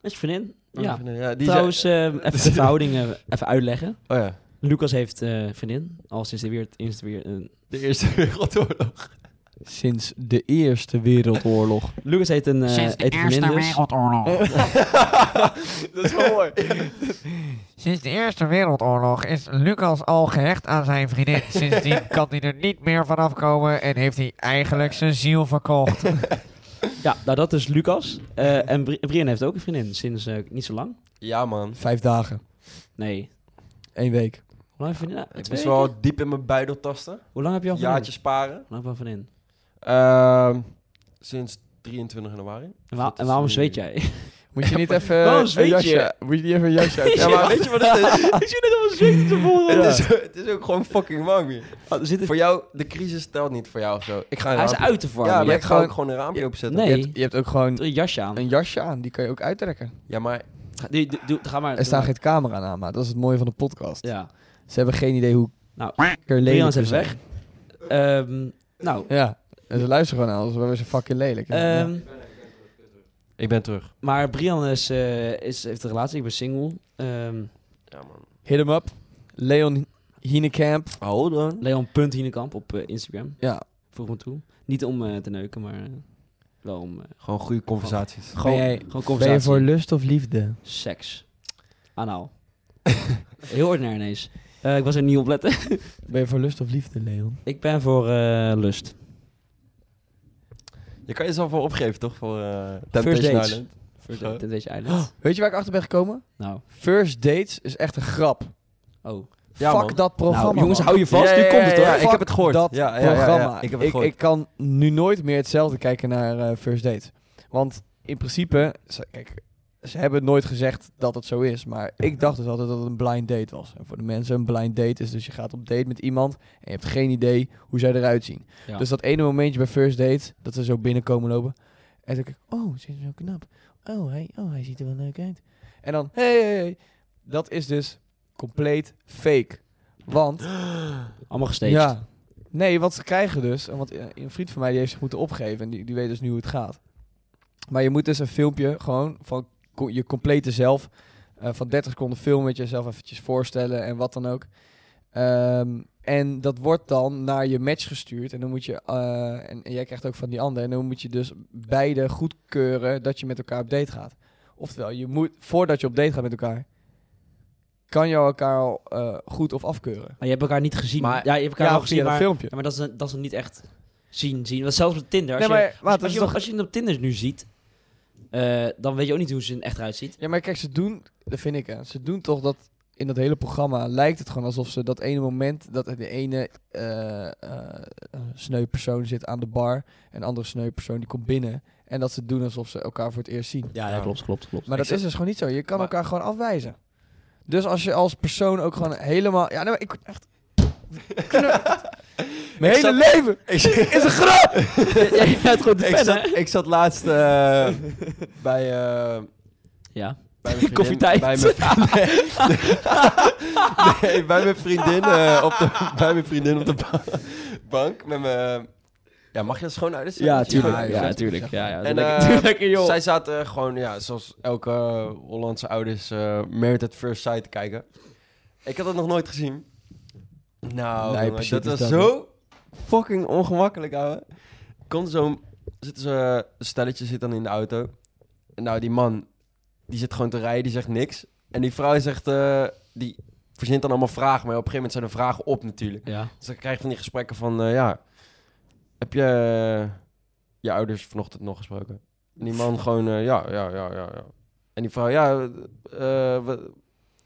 [SPEAKER 1] Met je vriendin.
[SPEAKER 3] Met
[SPEAKER 1] Ja.
[SPEAKER 3] mijn vriendin, ja die
[SPEAKER 1] Trouwens,
[SPEAKER 3] zei-
[SPEAKER 1] ehm, even de verhoudingen even uitleggen.
[SPEAKER 3] Oh ja.
[SPEAKER 1] Lucas heeft eh, vriendin. Al sinds de weer, sinds de weer een-
[SPEAKER 3] De Eerste Wereldoorlog.
[SPEAKER 2] Sinds de Eerste Wereldoorlog.
[SPEAKER 1] Lucas heeft een, eh
[SPEAKER 4] Sinds de
[SPEAKER 1] heeft een vriendin
[SPEAKER 4] Eerste
[SPEAKER 1] dus.
[SPEAKER 4] Wereldoorlog.
[SPEAKER 3] Oh.
[SPEAKER 2] Eh.
[SPEAKER 3] dat is wel mooi.
[SPEAKER 4] Sinds de Eerste Wereldoorlog is Lucas al gehecht aan zijn vriendin. Sindsdien kan hij er niet meer vanaf komen en heeft hij eigenlijk zijn ziel verkocht.
[SPEAKER 1] Ja, nou dat is Lucas. Eh, en Bri- Brian heeft ook een vriendin sinds eh, niet zo lang.
[SPEAKER 3] Ja, man.
[SPEAKER 2] Vijf dagen.
[SPEAKER 1] Nee.
[SPEAKER 2] Eén week.
[SPEAKER 1] Hoe lang heb je vriendin? Twee
[SPEAKER 3] Ik moest
[SPEAKER 1] weken?
[SPEAKER 3] wel diep in mijn buidel tasten.
[SPEAKER 1] Hoe lang heb je al vriendin?
[SPEAKER 3] Jaartje sparen.
[SPEAKER 1] Hoe lang heb je al vriendin?
[SPEAKER 3] Ehm, sinds 23 januari.
[SPEAKER 1] En, waar-
[SPEAKER 3] dat
[SPEAKER 1] en
[SPEAKER 3] is
[SPEAKER 1] waarom
[SPEAKER 3] nu-
[SPEAKER 1] zweet jij?
[SPEAKER 2] Moet je niet even
[SPEAKER 1] waarom
[SPEAKER 2] een
[SPEAKER 1] zweet je?
[SPEAKER 2] jasje... Moet je niet even een jasje uit?
[SPEAKER 3] Ja, maar weet je wat het is?
[SPEAKER 1] Ik zie net al een zweet te
[SPEAKER 3] Het
[SPEAKER 1] voren.
[SPEAKER 3] is, het is ook gewoon fucking warm hier.
[SPEAKER 1] Oh, er zit een-
[SPEAKER 3] Voor jou, de crisis telt niet voor jou of zo. Ik ga een
[SPEAKER 1] Hij is
[SPEAKER 3] raampje-
[SPEAKER 1] uit te
[SPEAKER 3] Ja,
[SPEAKER 1] vormen.
[SPEAKER 3] maar
[SPEAKER 1] Je
[SPEAKER 3] ik
[SPEAKER 1] hebt
[SPEAKER 3] ga
[SPEAKER 2] gewoon-
[SPEAKER 3] ook gewoon een raampje
[SPEAKER 1] Ja,
[SPEAKER 3] opzetten.
[SPEAKER 1] nee.
[SPEAKER 2] Je, hebt, je hebt ook gewoon
[SPEAKER 1] er een jasje aan.
[SPEAKER 2] een jasje aan. Die kan je ook uittrekken.
[SPEAKER 3] Ja, maar
[SPEAKER 1] Ga, doe- doe- doe- ga maar.
[SPEAKER 2] Er staat
[SPEAKER 1] doe
[SPEAKER 2] geen camera aan, maar dat is het mooie van de podcast.
[SPEAKER 1] maar. Ja.
[SPEAKER 2] Ze hebben geen idee hoe...
[SPEAKER 1] Nou,
[SPEAKER 2] lekker
[SPEAKER 1] Brian is
[SPEAKER 2] we
[SPEAKER 1] even
[SPEAKER 2] zijn.
[SPEAKER 1] weg. Ehm, nou,
[SPEAKER 2] Ja. En ze luisteren gewoon naar ons, we zijn fucking lelijk.
[SPEAKER 1] ehm,
[SPEAKER 3] ik ben terug.
[SPEAKER 1] maar Brian is, eh, is, heeft een relatie. Ik ben single. Ehm
[SPEAKER 3] Ja, man.
[SPEAKER 2] Hit hem up. Leon Hienekamp.
[SPEAKER 3] Hold on.
[SPEAKER 1] Leon.Hienekamp op eh, Instagram.
[SPEAKER 2] Ja.
[SPEAKER 1] Voeg me toe. Niet om eh, te neuken, maar eh, wel om... eh,
[SPEAKER 3] Gewoon goede conversaties.
[SPEAKER 1] gewoon,
[SPEAKER 2] jij-
[SPEAKER 1] gewoon
[SPEAKER 2] Ben je
[SPEAKER 1] conversatie.
[SPEAKER 2] voor lust of liefde?
[SPEAKER 1] Seks. Anaal. Heel ordinair ineens. Eh, ik was er niet op letten.
[SPEAKER 2] Ben je voor lust of liefde, Leon?
[SPEAKER 1] ik ben voor eh, lust.
[SPEAKER 3] Je kan jezelf wel opgeven, toch? Voor eh
[SPEAKER 1] First
[SPEAKER 3] Temptation
[SPEAKER 1] dates.
[SPEAKER 3] Island.
[SPEAKER 1] First
[SPEAKER 3] Zo.
[SPEAKER 1] date at Witch Island.
[SPEAKER 2] Weet je waar ik achter ben gekomen?
[SPEAKER 1] Nou,
[SPEAKER 2] First Dates is echt een grap.
[SPEAKER 1] oh.
[SPEAKER 3] Ja,
[SPEAKER 2] Fuck
[SPEAKER 3] man.
[SPEAKER 2] dat programma.
[SPEAKER 1] nou, jongens,
[SPEAKER 2] man.
[SPEAKER 1] hou je vast.
[SPEAKER 3] Ja,
[SPEAKER 1] nu
[SPEAKER 3] ja,
[SPEAKER 1] komt het, hoor.
[SPEAKER 3] ja, ik
[SPEAKER 2] Fuck
[SPEAKER 3] heb het gehoord.
[SPEAKER 2] Dat
[SPEAKER 3] Ja, ja, ja, ja.
[SPEAKER 2] programma.
[SPEAKER 3] Ik heb het gehoord.
[SPEAKER 2] Ik, kan nu nooit meer hetzelfde kijken naar eh, First Dates. Want in principe, ze, kijk, ze hebben nooit gezegd dat het zo is. Maar ik dacht dus altijd dat het een blind date was. En voor de mensen, een blind date is dus je gaat op date met iemand en je hebt geen idee hoe zij eruit zien.
[SPEAKER 1] Ja.
[SPEAKER 2] Dus dat ene momentje bij First Date, dat ze zo binnenkomen lopen. En dan denk ik, oh, ze is zo knap. Oh hij, oh, hij ziet er wel leuk uit. En dan, hey, hey, hey. Dat is dus compleet fake. Want
[SPEAKER 1] Allemaal gestaged.
[SPEAKER 2] ja. Nee, wat ze krijgen dus. Want eh, een vriend van mij die heeft zich moeten opgeven. En die, die weet dus nu hoe het gaat. Maar je moet dus een filmpje gewoon van co- je complete zelf. eh, van 30 seconden film met jezelf eventjes voorstellen en wat dan ook. Ehm, en dat wordt dan naar je match gestuurd. En dan moet je. eh, en, en jij krijgt ook van die ander. En dan moet je dus beide goedkeuren dat je met elkaar op date gaat. Oftewel, je moet voordat je op date gaat met elkaar. Kan je elkaar al eh, goed of afkeuren?
[SPEAKER 1] Maar je hebt elkaar niet gezien.
[SPEAKER 3] Maar-
[SPEAKER 1] ja, je hebt elkaar
[SPEAKER 2] ja,
[SPEAKER 1] wel
[SPEAKER 2] via
[SPEAKER 1] gezien,
[SPEAKER 2] dat
[SPEAKER 1] maar,
[SPEAKER 2] filmpje.
[SPEAKER 1] ja, maar dat, is, dat is niet echt zien. zien. Want zelfs op Tinder. Als,
[SPEAKER 2] Nee,
[SPEAKER 1] je,
[SPEAKER 2] maar,
[SPEAKER 1] als,
[SPEAKER 2] maar
[SPEAKER 1] je-
[SPEAKER 2] dat
[SPEAKER 1] als
[SPEAKER 2] is
[SPEAKER 1] je,
[SPEAKER 2] toch...
[SPEAKER 1] als je hem op Tinder nu ziet, eh, dan weet je ook niet hoe ze er echt eruit ziet.
[SPEAKER 2] Ja, maar kijk, ze doen... Dat vind ik, hè. Ze doen toch dat... In dat hele programma lijkt het gewoon alsof ze dat ene moment... dat de ene eh eh, sneu persoon zit aan de bar... en een andere sneu persoon die komt binnen... en dat ze doen alsof ze elkaar voor het eerst zien.
[SPEAKER 1] Ja,
[SPEAKER 3] ja,
[SPEAKER 1] klopt, klopt, klopt.
[SPEAKER 2] Maar dat
[SPEAKER 3] zeg-
[SPEAKER 2] is dus gewoon niet zo. Je kan
[SPEAKER 3] Maar-
[SPEAKER 2] elkaar gewoon afwijzen. Dus als je als persoon ook gewoon helemaal... Ja, nee, maar ik... word Echt... Mijn hele leven is een grap!
[SPEAKER 1] Jij bent gewoon de
[SPEAKER 3] ik,
[SPEAKER 1] fan,
[SPEAKER 3] zat,
[SPEAKER 1] hè?
[SPEAKER 3] ik zat laatst eh, bij, eh,
[SPEAKER 1] Ja.
[SPEAKER 3] bij mijn vriendin-
[SPEAKER 1] Koffietijd.
[SPEAKER 3] Bij mijn, nee, nee, bij mijn vriendin eh, op de, bij mijn vriendin op de ba- bank met mijn. Ja, mag je dat schoon uit?
[SPEAKER 1] Ja, tuurlijk.
[SPEAKER 2] Ja,
[SPEAKER 1] Ja,
[SPEAKER 2] ja,
[SPEAKER 1] tuurlijk. Ja, ja.
[SPEAKER 3] En,
[SPEAKER 1] Lekker-
[SPEAKER 3] eh,
[SPEAKER 1] tuurlijk, joh.
[SPEAKER 3] Zij zaten gewoon, ja, zoals elke eh, Hollandse ouders, eh Merit at First Sight te kijken. Ik had dat nog nooit gezien. Nou,
[SPEAKER 2] Nee,
[SPEAKER 3] jongen,
[SPEAKER 2] precies,
[SPEAKER 3] dat
[SPEAKER 2] dus
[SPEAKER 3] was
[SPEAKER 2] dat,
[SPEAKER 3] zo fucking ongemakkelijk, ouwe. Komt zo'n... Zitten ze... Een stelletje zit dan in de auto. En nou, die man, die zit gewoon te rijden, die zegt niks. En die vrouw zegt... eh, die verzint dan allemaal vragen, maar op een gegeven moment zijn er vragen op natuurlijk.
[SPEAKER 1] Ja.
[SPEAKER 3] Dus dan krijg je van die gesprekken van, eh, ja, heb je eh, je ouders vanochtend nog gesproken? En die man gewoon, eh, ja, ja, ja, ja, ja. En die vrouw, ja, eh, eh, wa-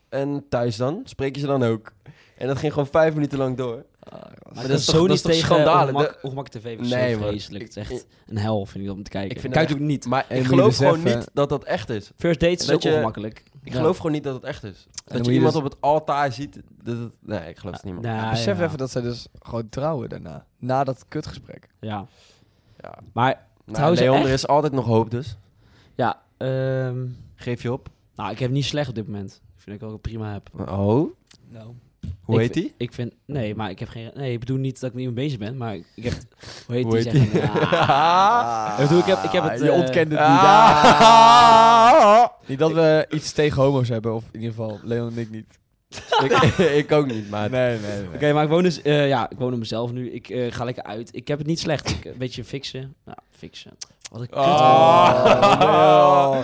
[SPEAKER 3] en thuis dan? Spreek je ze dan ook? En dat ging gewoon vijf minuten lang door.
[SPEAKER 1] Maar
[SPEAKER 3] dat
[SPEAKER 1] dat
[SPEAKER 3] is
[SPEAKER 1] is
[SPEAKER 3] toch-
[SPEAKER 1] zo
[SPEAKER 3] dat
[SPEAKER 1] niet
[SPEAKER 3] is toch
[SPEAKER 1] tegen
[SPEAKER 3] schandalen?
[SPEAKER 1] Ongemak, ongemak TV is
[SPEAKER 3] Nee,
[SPEAKER 1] nee,
[SPEAKER 3] man.
[SPEAKER 1] vreselijk. Het is
[SPEAKER 3] Ik-
[SPEAKER 1] echt een hel, vind ik om te kijken.
[SPEAKER 3] Ik vind
[SPEAKER 1] Kijk
[SPEAKER 3] het
[SPEAKER 1] ook niet.
[SPEAKER 3] Maar
[SPEAKER 2] moet
[SPEAKER 3] ik
[SPEAKER 2] je
[SPEAKER 3] geloof gewoon
[SPEAKER 2] beseffen-
[SPEAKER 3] niet dat dat echt is.
[SPEAKER 1] First dates is
[SPEAKER 3] Dat
[SPEAKER 1] ook
[SPEAKER 3] je-
[SPEAKER 1] ongemakkelijk.
[SPEAKER 3] Ik
[SPEAKER 2] Ja.
[SPEAKER 3] geloof gewoon niet dat het echt is.
[SPEAKER 2] dan
[SPEAKER 3] Dat
[SPEAKER 2] moet
[SPEAKER 3] je
[SPEAKER 2] je
[SPEAKER 3] iemand
[SPEAKER 2] dus-
[SPEAKER 3] op het altaar ziet. Dat het, nee, ik geloof het niet, man.
[SPEAKER 1] Nou,
[SPEAKER 2] Besef
[SPEAKER 1] ja.
[SPEAKER 2] even dat zij dus gewoon trouwen daarna. Na dat kutgesprek.
[SPEAKER 1] Ja.
[SPEAKER 3] Ja.
[SPEAKER 1] Maar,
[SPEAKER 3] Nou,
[SPEAKER 1] Trouwens,
[SPEAKER 3] Leon,
[SPEAKER 1] echt?
[SPEAKER 3] er is altijd nog hoop dus.
[SPEAKER 1] ja. ehm,
[SPEAKER 3] Geef je op.
[SPEAKER 1] nou, ik heb niet slecht op dit moment. Ik vind dat ik wel prima heb.
[SPEAKER 3] Oh,
[SPEAKER 2] Nou.
[SPEAKER 3] hoe
[SPEAKER 1] Ik vind-
[SPEAKER 3] heet die?
[SPEAKER 1] Ik vind... Nee, maar ik heb geen... Nee, ik bedoel niet dat ik niet mee bezig ben, maar ik ik heb... Hoe heet
[SPEAKER 3] Hoe
[SPEAKER 1] die?
[SPEAKER 3] heet
[SPEAKER 1] zeg
[SPEAKER 3] die?
[SPEAKER 1] maar? Ah, Ja. Ik bedoel, ik heb- ik heb het,
[SPEAKER 2] Ah. Je
[SPEAKER 1] eh,
[SPEAKER 2] ontkende het niet. Ah.
[SPEAKER 3] Ah.
[SPEAKER 2] Niet dat we iets tegen homo's hebben, of in ieder geval Leon en ik niet.
[SPEAKER 3] ik, ik ook niet, maar...
[SPEAKER 2] nee, nee.
[SPEAKER 1] Oké, maar ik woon dus... eh, ja, ik woon op mezelf nu. Ik eh, ga lekker uit. Ik heb het niet slecht. Ik, eh, een beetje fixen. Nou, fixen. Wat een kut.
[SPEAKER 3] Ah.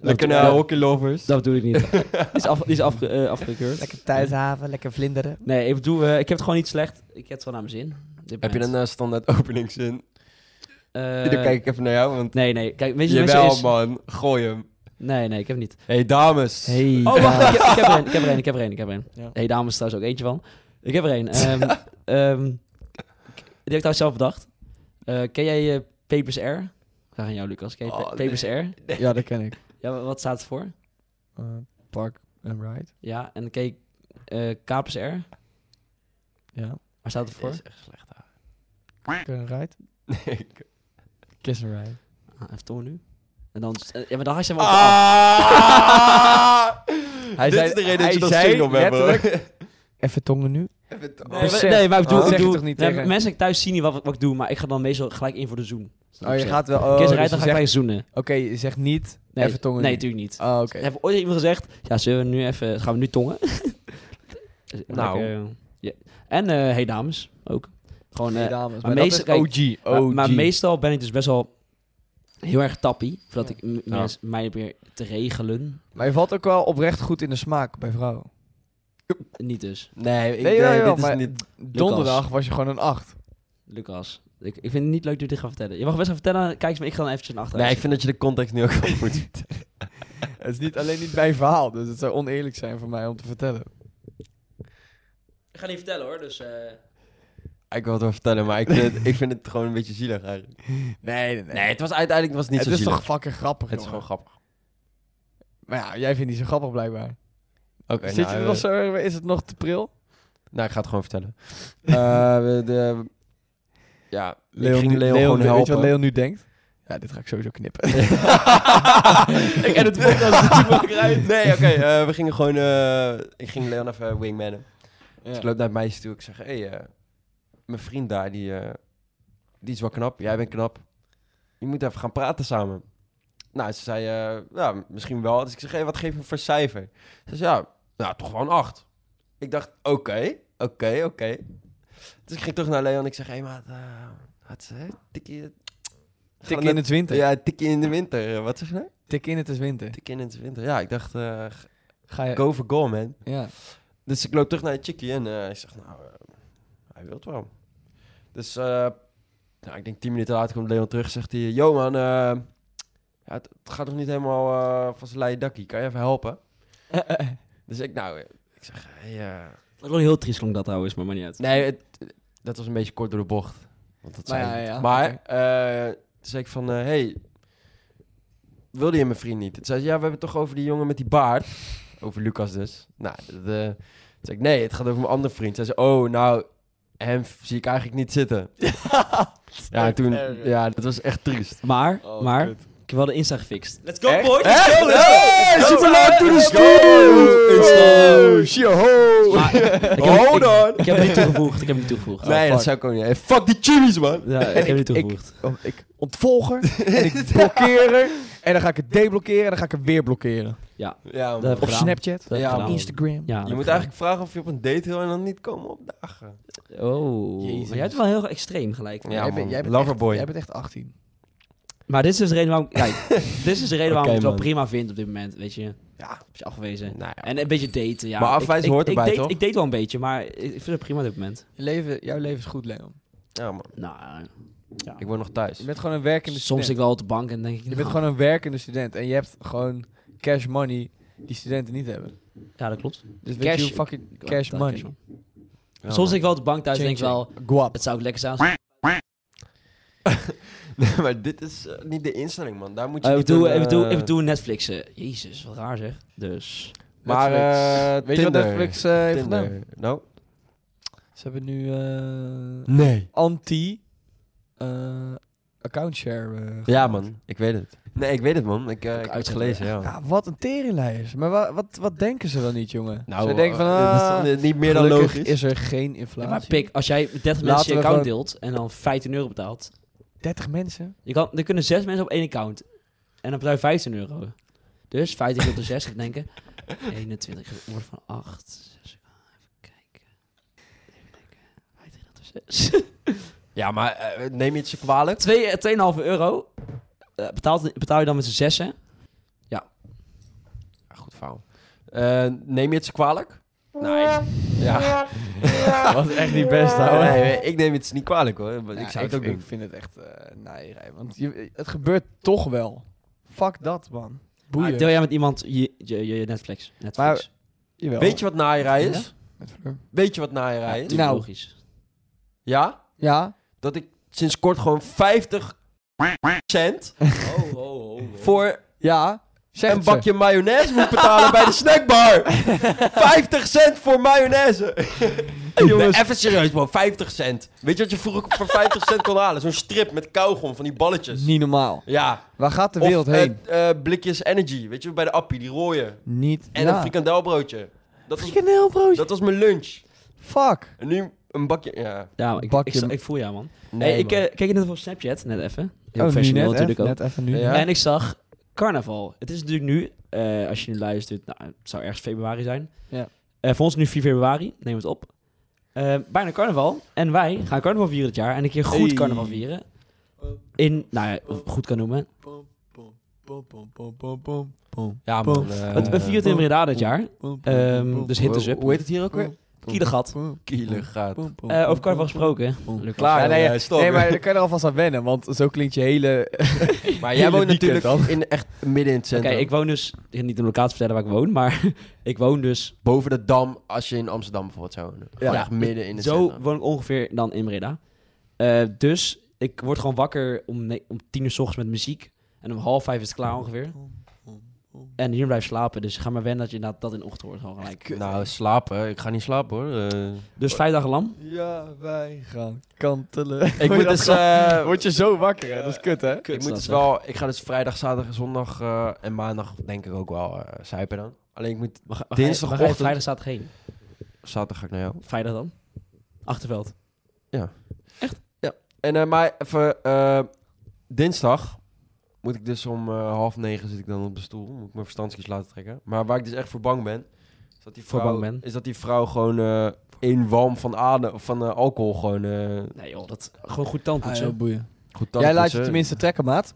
[SPEAKER 3] Lekker naar hockeylovers.
[SPEAKER 1] Dat bedoel ik niet. die is, af, die is afge, eh, afgekeurd.
[SPEAKER 2] Lekker thuishaven, lekker vlinderen.
[SPEAKER 1] Nee, ik bedoel, eh, ik heb het gewoon niet slecht. Ik heb het wel naar mijn zin. op dit
[SPEAKER 3] Heb je
[SPEAKER 1] moment.
[SPEAKER 3] een eh, standaard openingszin?
[SPEAKER 1] Eh,
[SPEAKER 3] Dan kijk ik even naar jou, want...
[SPEAKER 1] Nee, nee. Kijk, weet je wat
[SPEAKER 3] Jawel,
[SPEAKER 1] het is?
[SPEAKER 3] man. Gooi hem.
[SPEAKER 1] Nee, nee, ik heb het niet.
[SPEAKER 3] hey, dames.
[SPEAKER 2] Hey.
[SPEAKER 1] Oh, wacht. Ik, ik heb er een, ik heb er een, ik heb er een, ik heb er een.
[SPEAKER 2] Ja.
[SPEAKER 1] hey, dames is trouwens ook eentje van. Ik heb er een. Ehm, ehm, die heb ik trouwens zelf bedacht. Eh, ken jij eh Papers R? Vraag aan jou, Lucas. Ken je
[SPEAKER 3] Oh,
[SPEAKER 1] Pa- Papers R?
[SPEAKER 2] Ja, dat ken ik.
[SPEAKER 1] Ja, wa- wat staat het voor?
[SPEAKER 2] Eh, park and Ride.
[SPEAKER 1] Ja, en ken je eh Kapers R?
[SPEAKER 2] Ja.
[SPEAKER 1] Waar staat het voor?
[SPEAKER 3] Dit is echt slecht, ouwe.
[SPEAKER 2] Park and Ride.
[SPEAKER 3] Nee, ik-
[SPEAKER 2] Kiss and Ride.
[SPEAKER 1] Ah, even door nu. En dan, eh, ja, maar dan had je hem ook af.
[SPEAKER 3] Ah!
[SPEAKER 2] Hij
[SPEAKER 3] Dit
[SPEAKER 2] zei-
[SPEAKER 3] is de reden dat je
[SPEAKER 2] hij
[SPEAKER 3] nog
[SPEAKER 2] zei Oh,
[SPEAKER 3] single bent, hoor.
[SPEAKER 2] Even tongen nu.
[SPEAKER 1] Nee,
[SPEAKER 2] Besef.
[SPEAKER 1] maar- nee, maar ik bedoel,
[SPEAKER 2] Oh.
[SPEAKER 1] ik
[SPEAKER 2] Zeg je
[SPEAKER 1] bedoel
[SPEAKER 2] toch niet
[SPEAKER 1] nee,
[SPEAKER 2] tegen-
[SPEAKER 1] mensen thuis zien niet wat, wat ik doe, maar ik ga dan meestal gelijk in voor de zoen.
[SPEAKER 2] Oh, je gaat wel... Oh,
[SPEAKER 1] Kees
[SPEAKER 2] dus
[SPEAKER 1] rijdt,
[SPEAKER 2] je
[SPEAKER 1] dan ga ik
[SPEAKER 2] zegt-
[SPEAKER 1] gelijk zoenen.
[SPEAKER 2] Oké, je zegt niet
[SPEAKER 1] Nee,
[SPEAKER 2] even tongen
[SPEAKER 1] nee,
[SPEAKER 2] nu.
[SPEAKER 1] natuurlijk niet.
[SPEAKER 2] Oh, oké.
[SPEAKER 1] Heb ooit iemand gezegd, ja, zullen we nu even, gaan we nu tongen? Dus, eh,
[SPEAKER 3] Nou.
[SPEAKER 1] Lekker, ja. En, eh hey dames, ook. Gewoon, eh,
[SPEAKER 2] Nee, dames,
[SPEAKER 1] maar
[SPEAKER 2] maar, dat
[SPEAKER 1] meestal-
[SPEAKER 2] is OG.
[SPEAKER 1] maar,
[SPEAKER 2] OG.
[SPEAKER 1] maar meestal ben ik dus best wel heel erg tappie, voordat
[SPEAKER 2] Ja.
[SPEAKER 1] ik m- mensen- mij weer te regelen.
[SPEAKER 2] Maar je valt ook wel oprecht goed in de smaak bij vrouwen.
[SPEAKER 1] Niet dus,
[SPEAKER 3] Nee, ik,
[SPEAKER 2] Nee,
[SPEAKER 3] nee,
[SPEAKER 2] jawel, jawel,
[SPEAKER 3] dit is
[SPEAKER 2] maar-
[SPEAKER 3] niet...
[SPEAKER 2] Donderdag was je gewoon een 8.
[SPEAKER 1] Lucas. Ik, ik vind het niet leuk dat je dit gaat vertellen. Je mag best wel vertellen, kijk eens, maar ik ga dan eventjes naar achteren.
[SPEAKER 3] Nee, ik vind dat je de context nu ook wel moet...
[SPEAKER 2] Het is niet alleen niet mijn verhaal, dus het zou oneerlijk zijn voor mij om te vertellen.
[SPEAKER 1] ik ga niet vertellen hoor, dus...
[SPEAKER 3] Ik wil het wel vertellen, maar ik vind, het, ik vind het gewoon een beetje zielig eigenlijk.
[SPEAKER 2] Nee, nee, nee.
[SPEAKER 3] Nee, het was uiteindelijk was het niet
[SPEAKER 2] het
[SPEAKER 3] zo
[SPEAKER 2] is
[SPEAKER 3] zielig.
[SPEAKER 2] toch fucking grappig,
[SPEAKER 3] het is
[SPEAKER 2] jongen?
[SPEAKER 3] gewoon grappig.
[SPEAKER 2] Maar ja, jij vindt die zo grappig blijkbaar.
[SPEAKER 3] Oké,
[SPEAKER 2] Zit
[SPEAKER 3] nou,
[SPEAKER 2] je er
[SPEAKER 3] eh,
[SPEAKER 2] nog zo, is het nog te pril?
[SPEAKER 3] Nou, ik ga het gewoon vertellen. Eh, we- de, ja, ik ging Leon, gewoon helpen.
[SPEAKER 2] Weet je wat Leon nu denkt? Ja, dit ga ik sowieso knippen.
[SPEAKER 1] ik edit de podcast, dus die maakt eruit.
[SPEAKER 3] Nee, oké, eh, we gingen gewoon... eh, ik ging Leon even wingmannen. Dus ik loop naar het meisje toe. Ik zeg, hé, hey, eh, mijn vriend daar, die, eh, die is wel knap. Jij bent knap. Je moet even gaan praten samen. Nou, ze zei, eh, ja, misschien wel. Dus ik zeg, hé, wat geef je voor cijfer? Ze zei, ja, nou, toch wel een 8. Ik dacht, oké, oké, oké. Dus ik ging terug naar Leon. Ik zeg, hé, hey, maat, eh, wat is het? Tikkie... eh, gaan
[SPEAKER 2] Tik
[SPEAKER 3] we
[SPEAKER 2] in
[SPEAKER 3] net-
[SPEAKER 2] het winter.
[SPEAKER 3] Ja, tikkie in de winter. Eh, Wat zeg je nou?
[SPEAKER 2] Tik in het is winter.
[SPEAKER 3] Tikkie in het winter. Ja, ik dacht, eh,
[SPEAKER 2] Ga je...
[SPEAKER 3] go for goal, man.
[SPEAKER 2] Ja.
[SPEAKER 3] Dus ik loop terug naar het chickie en eh, ik zeg, nou, eh, hij wil het wel. Dus, eh, nou, ik denk tien minuten later komt Leon terug. Zegt hij, yo man, eh, ja, het, het gaat nog niet helemaal eh, van zijn leien dakkie. Kan je even helpen? Dus ik, nou, eh, ik zeg, hey, eh,
[SPEAKER 1] Dat is wel heel triest klonk dat trouwens, maar maar niet uit.
[SPEAKER 3] nee, het, dat was een beetje kort door de bocht. Want dat
[SPEAKER 2] Maar
[SPEAKER 3] zei
[SPEAKER 2] Nou ja,
[SPEAKER 3] ik.
[SPEAKER 2] ja,
[SPEAKER 3] maar
[SPEAKER 2] oké.
[SPEAKER 3] eh, toen zei ik van, eh, hey, wilde je mijn vriend niet? Toen zei ze, ja, we hebben het toch over die jongen met die baard. eh, Over Lucas dus. Nou, de, toen zei ik, nee, het gaat over mijn andere vriend. Zei ze, oh, nou, hem zie ik eigenlijk niet zitten. ja, en toen, ja, dat was echt triest.
[SPEAKER 1] Maar, maar, ik heb wel de Insta gefixt. Let's go,
[SPEAKER 3] Oh, Echt?
[SPEAKER 1] boy!
[SPEAKER 2] Oh,
[SPEAKER 3] Echt? Hey,
[SPEAKER 1] Let's go.
[SPEAKER 3] Superland to the
[SPEAKER 1] Let's go.
[SPEAKER 3] stoel!
[SPEAKER 1] Insta.
[SPEAKER 3] ho!
[SPEAKER 1] Maar, ik, heb,
[SPEAKER 3] Hold
[SPEAKER 1] ik,
[SPEAKER 3] on!
[SPEAKER 1] ik heb hem niet toegevoegd. Ik heb hem niet toegevoegd. Oh,
[SPEAKER 3] nee,
[SPEAKER 2] Oh, fuck.
[SPEAKER 3] dat zou ik ook niet. Hey, fuck die chimmies, man!
[SPEAKER 1] Ja, ik heb hem niet
[SPEAKER 2] ik-
[SPEAKER 1] toegevoegd.
[SPEAKER 2] Oh, ik ontvolger en ik blokkeer en dan ga ik het deblokkeren en dan ga ik het weer blokkeren.
[SPEAKER 3] Ja,
[SPEAKER 1] Dat heb ik gedaan.
[SPEAKER 2] Op Snapchat,
[SPEAKER 1] Dat heb ik
[SPEAKER 3] Ja,
[SPEAKER 1] gedaan.
[SPEAKER 2] op Instagram.
[SPEAKER 1] Ja, dat
[SPEAKER 3] Je
[SPEAKER 1] heb
[SPEAKER 3] moet
[SPEAKER 1] ik
[SPEAKER 3] eigenlijk vragen of je op een date wil en dan niet komen opdagen.
[SPEAKER 1] gedaan. Oh,
[SPEAKER 2] Jezus.
[SPEAKER 1] maar jij hebt wel heel extreem gelijk.
[SPEAKER 3] Ja,
[SPEAKER 2] jij,
[SPEAKER 3] man.
[SPEAKER 2] bent, jij, bent
[SPEAKER 3] Loverboy.
[SPEAKER 2] Echt, jij bent echt 18.
[SPEAKER 1] Maar dit is dus de reden waarom... Kijk, dit is dus de reden waarom
[SPEAKER 3] Oké,
[SPEAKER 1] ik het wel
[SPEAKER 3] man.
[SPEAKER 1] prima vind op dit moment, weet je.
[SPEAKER 3] Ja.
[SPEAKER 1] Als je afgewezen.
[SPEAKER 3] Nou ja.
[SPEAKER 1] En een beetje daten, ja.
[SPEAKER 3] Maar
[SPEAKER 1] Ik-
[SPEAKER 3] afwijzen
[SPEAKER 1] ik- ik
[SPEAKER 3] hoort erbij,
[SPEAKER 1] date-
[SPEAKER 3] toch?
[SPEAKER 1] Ik date wel een beetje, maar ik ik vind het prima op dit moment.
[SPEAKER 2] Je leven, jouw leven is goed, Leon.
[SPEAKER 3] ja, man.
[SPEAKER 1] Nou,
[SPEAKER 3] Ik word nog thuis.
[SPEAKER 2] Je bent gewoon een werkende
[SPEAKER 1] soms zit ik
[SPEAKER 2] student.
[SPEAKER 1] wel op de bank en denk ik...
[SPEAKER 2] Je
[SPEAKER 1] nou,
[SPEAKER 2] bent gewoon een werkende student en je hebt gewoon cash money die studenten niet hebben.
[SPEAKER 1] Ja, dat klopt.
[SPEAKER 2] Dus weet
[SPEAKER 1] Cash-
[SPEAKER 2] je hoe fucking
[SPEAKER 1] Ja,
[SPEAKER 2] cash
[SPEAKER 1] dat-
[SPEAKER 2] money.
[SPEAKER 3] Ja,
[SPEAKER 1] Soms zit
[SPEAKER 3] man.
[SPEAKER 1] ik wel op de bank thuis en denk ik wel... "Oh,
[SPEAKER 2] Guap.
[SPEAKER 1] Het zou ook lekker zijn.
[SPEAKER 3] Nee, maar dit is eh, niet de instelling, man. Daar moet je
[SPEAKER 1] ik,
[SPEAKER 3] niet
[SPEAKER 1] bedoel,
[SPEAKER 3] een,
[SPEAKER 1] ik, bedoel,
[SPEAKER 3] eh,
[SPEAKER 1] ik bedoel Netflix. eh, jezus, wat raar zeg. Dus...
[SPEAKER 3] Maar,
[SPEAKER 2] Netflix.
[SPEAKER 3] eh,
[SPEAKER 2] weet je wat
[SPEAKER 3] Tinder.
[SPEAKER 2] Netflix eh, heeft
[SPEAKER 3] Tinder.
[SPEAKER 2] gedaan?
[SPEAKER 3] Nou?
[SPEAKER 2] Ze hebben nu eh,
[SPEAKER 3] Nee.
[SPEAKER 2] anti eh account share. eh,
[SPEAKER 3] Ja,
[SPEAKER 2] gemaakt.
[SPEAKER 3] man. Ik weet het. Nee, ik weet het, man. Ik, eh, ik heb het gelezen, ja.
[SPEAKER 2] Ja, wat een teringlijers. Maar wa- wat, wat denken ze dan niet, jongen?
[SPEAKER 3] Nou,
[SPEAKER 2] ze denken van,
[SPEAKER 3] eh, dit is
[SPEAKER 2] ah,
[SPEAKER 3] dan, eh, niet meer dan
[SPEAKER 2] gelukkig
[SPEAKER 3] logisch.
[SPEAKER 2] is er geen
[SPEAKER 1] Ja,
[SPEAKER 2] inflatie.
[SPEAKER 1] maar pik, als jij met 30
[SPEAKER 2] Laten
[SPEAKER 1] mensen je
[SPEAKER 2] we
[SPEAKER 1] account
[SPEAKER 2] gewoon-
[SPEAKER 1] deelt en dan 15 euro betaalt...
[SPEAKER 2] 30 mensen?
[SPEAKER 1] Je kan, er kunnen zes mensen op één account. En dan betaal je 15 euro. Dus 15 keer op de 6, ik denken. 21 wordt van 8. Even kijken. Even denken. 15 op de zes.
[SPEAKER 3] Ja, maar eh, neem je het ze kwalijk?
[SPEAKER 1] Twee- eh, 2,5 euro. Eh, betaalt, betaal je dan met z'n zessen?
[SPEAKER 3] Ja, goed verhaal. Eh, neem je het ze kwalijk?
[SPEAKER 2] Nee.
[SPEAKER 3] Ja.
[SPEAKER 2] was echt niet best,
[SPEAKER 3] Nee,
[SPEAKER 2] ouwe.
[SPEAKER 3] nee, ik neem het ze niet kwalijk, hoor. Maar ik zou het ook
[SPEAKER 2] ik
[SPEAKER 3] doen.
[SPEAKER 2] vind het echt eh naaierij, Want je, het gebeurt toch wel. Fuck dat, man. Boeien.
[SPEAKER 1] Maar Ah, deel jij met iemand je, je, je Netflix? Netflix.
[SPEAKER 2] Maar- Jawel.
[SPEAKER 3] Weet je wat naaierij is?
[SPEAKER 2] Met Fleur.
[SPEAKER 3] Weet je wat naaierij is?
[SPEAKER 1] natuurlijk
[SPEAKER 2] Nou.
[SPEAKER 1] logisch.
[SPEAKER 3] Ja?
[SPEAKER 2] Ja?
[SPEAKER 3] Dat ik sinds kort gewoon 50 cent
[SPEAKER 1] Oh, oh, oh.
[SPEAKER 3] voor
[SPEAKER 2] Ja? Zeg
[SPEAKER 3] een
[SPEAKER 2] het ze.
[SPEAKER 3] bakje mayonaise moet betalen bij de snackbar. 50 cent voor mayonaise. Jongens. Even serieus, man. 50 cent. Weet je wat je vroeger voor 50 cent kon halen? Zo'n strip met kauwgom van die balletjes.
[SPEAKER 2] Dus. Niet normaal.
[SPEAKER 3] Ja.
[SPEAKER 2] Waar gaat de
[SPEAKER 3] Of,
[SPEAKER 2] wereld
[SPEAKER 3] eh,
[SPEAKER 2] heen?
[SPEAKER 3] eh, blikjes energy. Weet je, bij de appie, die rode.
[SPEAKER 2] niet.
[SPEAKER 3] En een frikandelbroodje. Dat was,
[SPEAKER 2] frikandelbroodje.
[SPEAKER 3] dat was mijn lunch.
[SPEAKER 2] Fuck.
[SPEAKER 3] En nu een bakje... Ja.
[SPEAKER 1] Ja, maar ik, ik,
[SPEAKER 2] Bakje- Oh,
[SPEAKER 1] ik, ik voel jou, man.
[SPEAKER 3] Nee,
[SPEAKER 1] hey, ik
[SPEAKER 3] man.
[SPEAKER 1] eh, keek net even op Snapchat, net even. Heel
[SPEAKER 2] nu
[SPEAKER 1] professioneel
[SPEAKER 2] net
[SPEAKER 1] natuurlijk
[SPEAKER 2] even,
[SPEAKER 1] ook.
[SPEAKER 2] Net even nu.
[SPEAKER 3] Ja.
[SPEAKER 1] En ik zag carnaval. Het is natuurlijk nu, eh, als je nu luistert, nou, het zou ergens februari zijn.
[SPEAKER 2] Ja.
[SPEAKER 1] Eh, voor ons nu 4 februari, neem het op. Eh, bijna carnaval. En wij gaan carnaval vieren dit jaar. En een keer goed
[SPEAKER 3] Hey.
[SPEAKER 1] carnaval vieren. In, nou ja, of goed kan noemen.
[SPEAKER 3] Ja, man. eh,
[SPEAKER 1] Want we vieren het in Breda dit jaar. Ehm, dus hit us up.
[SPEAKER 3] Hoe heet het hier ook weer?
[SPEAKER 1] Kielegat.
[SPEAKER 3] Kieler gaat.
[SPEAKER 1] Eh over carnaval gesproken. Lucas.
[SPEAKER 3] Klaar,
[SPEAKER 2] Ja,
[SPEAKER 3] nee,
[SPEAKER 2] nee,
[SPEAKER 3] ja, stop.
[SPEAKER 2] Nee, maar daar kan je er alvast aan wennen, want zo klinkt je hele...
[SPEAKER 3] Maar jij woont
[SPEAKER 2] Hele weekend
[SPEAKER 3] natuurlijk in echt midden in het
[SPEAKER 1] Oké,
[SPEAKER 3] centrum.
[SPEAKER 1] ik woon dus... Ik ga niet de locatie vertellen waar ik woon, maar ik woon dus...
[SPEAKER 3] Boven de dam, als je in Amsterdam bijvoorbeeld zou wonen. Ja. echt midden in het
[SPEAKER 1] Zo
[SPEAKER 3] centrum.
[SPEAKER 1] woon ik ongeveer dan in Breda. Eh, dus ik word gewoon wakker om, ne- om tien uur s ochtends met muziek. En om half vijf is het klaar ongeveer. En hier blijft slapen, dus ga maar wennen dat je dat, dat in de ochtend hoort. Gewoon gelijk.
[SPEAKER 3] Nou, slapen. Ik ga niet slapen hoor. Eh,
[SPEAKER 1] Dus vijf dagen lam.
[SPEAKER 2] Ja, wij gaan kantelen.
[SPEAKER 3] ik moet dus... eh,
[SPEAKER 2] Word je zo wakker, hè? Dat is kut, hè?
[SPEAKER 3] ik, moet
[SPEAKER 1] dat,
[SPEAKER 3] dus
[SPEAKER 1] zeg.
[SPEAKER 3] wel, ik ga dus vrijdag, zaterdag, zondag eh, en maandag denk ik ook wel eh zuipen dan. Alleen ik moet...
[SPEAKER 1] Waar ga- waar ga je- waar
[SPEAKER 3] Dinsdagochtend.
[SPEAKER 1] ga je Vrijdag staat geen.
[SPEAKER 3] Zaterdag ga ik naar jou.
[SPEAKER 1] Vrijdag dan. Achterveld.
[SPEAKER 3] En, eh, maar even... eh, dinsdag moet ik dus om eh, half negen zit ik dan op de stoel. Moet ik mijn verstandskies laten trekken. Maar waar ik dus echt voor bang ben... Is dat die
[SPEAKER 1] Voor
[SPEAKER 3] vrouw,
[SPEAKER 1] bang ben?
[SPEAKER 3] Is dat die vrouw gewoon... eh één walm van, adem, van eh, alcohol gewoon... eh,
[SPEAKER 1] Nee joh, dat gewoon goed tand
[SPEAKER 3] Ah,
[SPEAKER 1] moet zo.
[SPEAKER 2] boeien.
[SPEAKER 3] Goed
[SPEAKER 2] Jij laat je
[SPEAKER 3] tandpoetsen.
[SPEAKER 2] tenminste trekken, maat.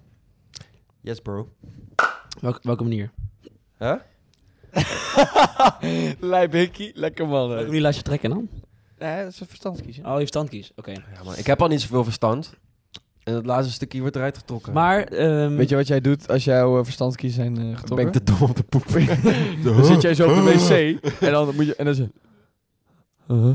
[SPEAKER 3] eh. Yes, bro.
[SPEAKER 1] Welke, welke manier?
[SPEAKER 3] Hè?
[SPEAKER 2] Lijp Hikkie, lekker man.
[SPEAKER 3] Eh,
[SPEAKER 1] Welke
[SPEAKER 2] hè.
[SPEAKER 1] manier laat je trekken dan?
[SPEAKER 2] Nee, dat is een verstandskiezen.
[SPEAKER 1] Oh, je verstand kies. Oké.
[SPEAKER 3] Ja, man, ik heb al niet zoveel verstand. En het laatste stukje wordt eruit getrokken.
[SPEAKER 1] Maar, ehm
[SPEAKER 2] Weet je wat jij doet als jouw eh, verstandskiezen zijn eh,
[SPEAKER 3] Dan ben ik
[SPEAKER 2] getrokken?
[SPEAKER 3] te dom om te poepen.
[SPEAKER 2] Dan zit jij zo op de wc en dan moet je... En dan zo... Huh?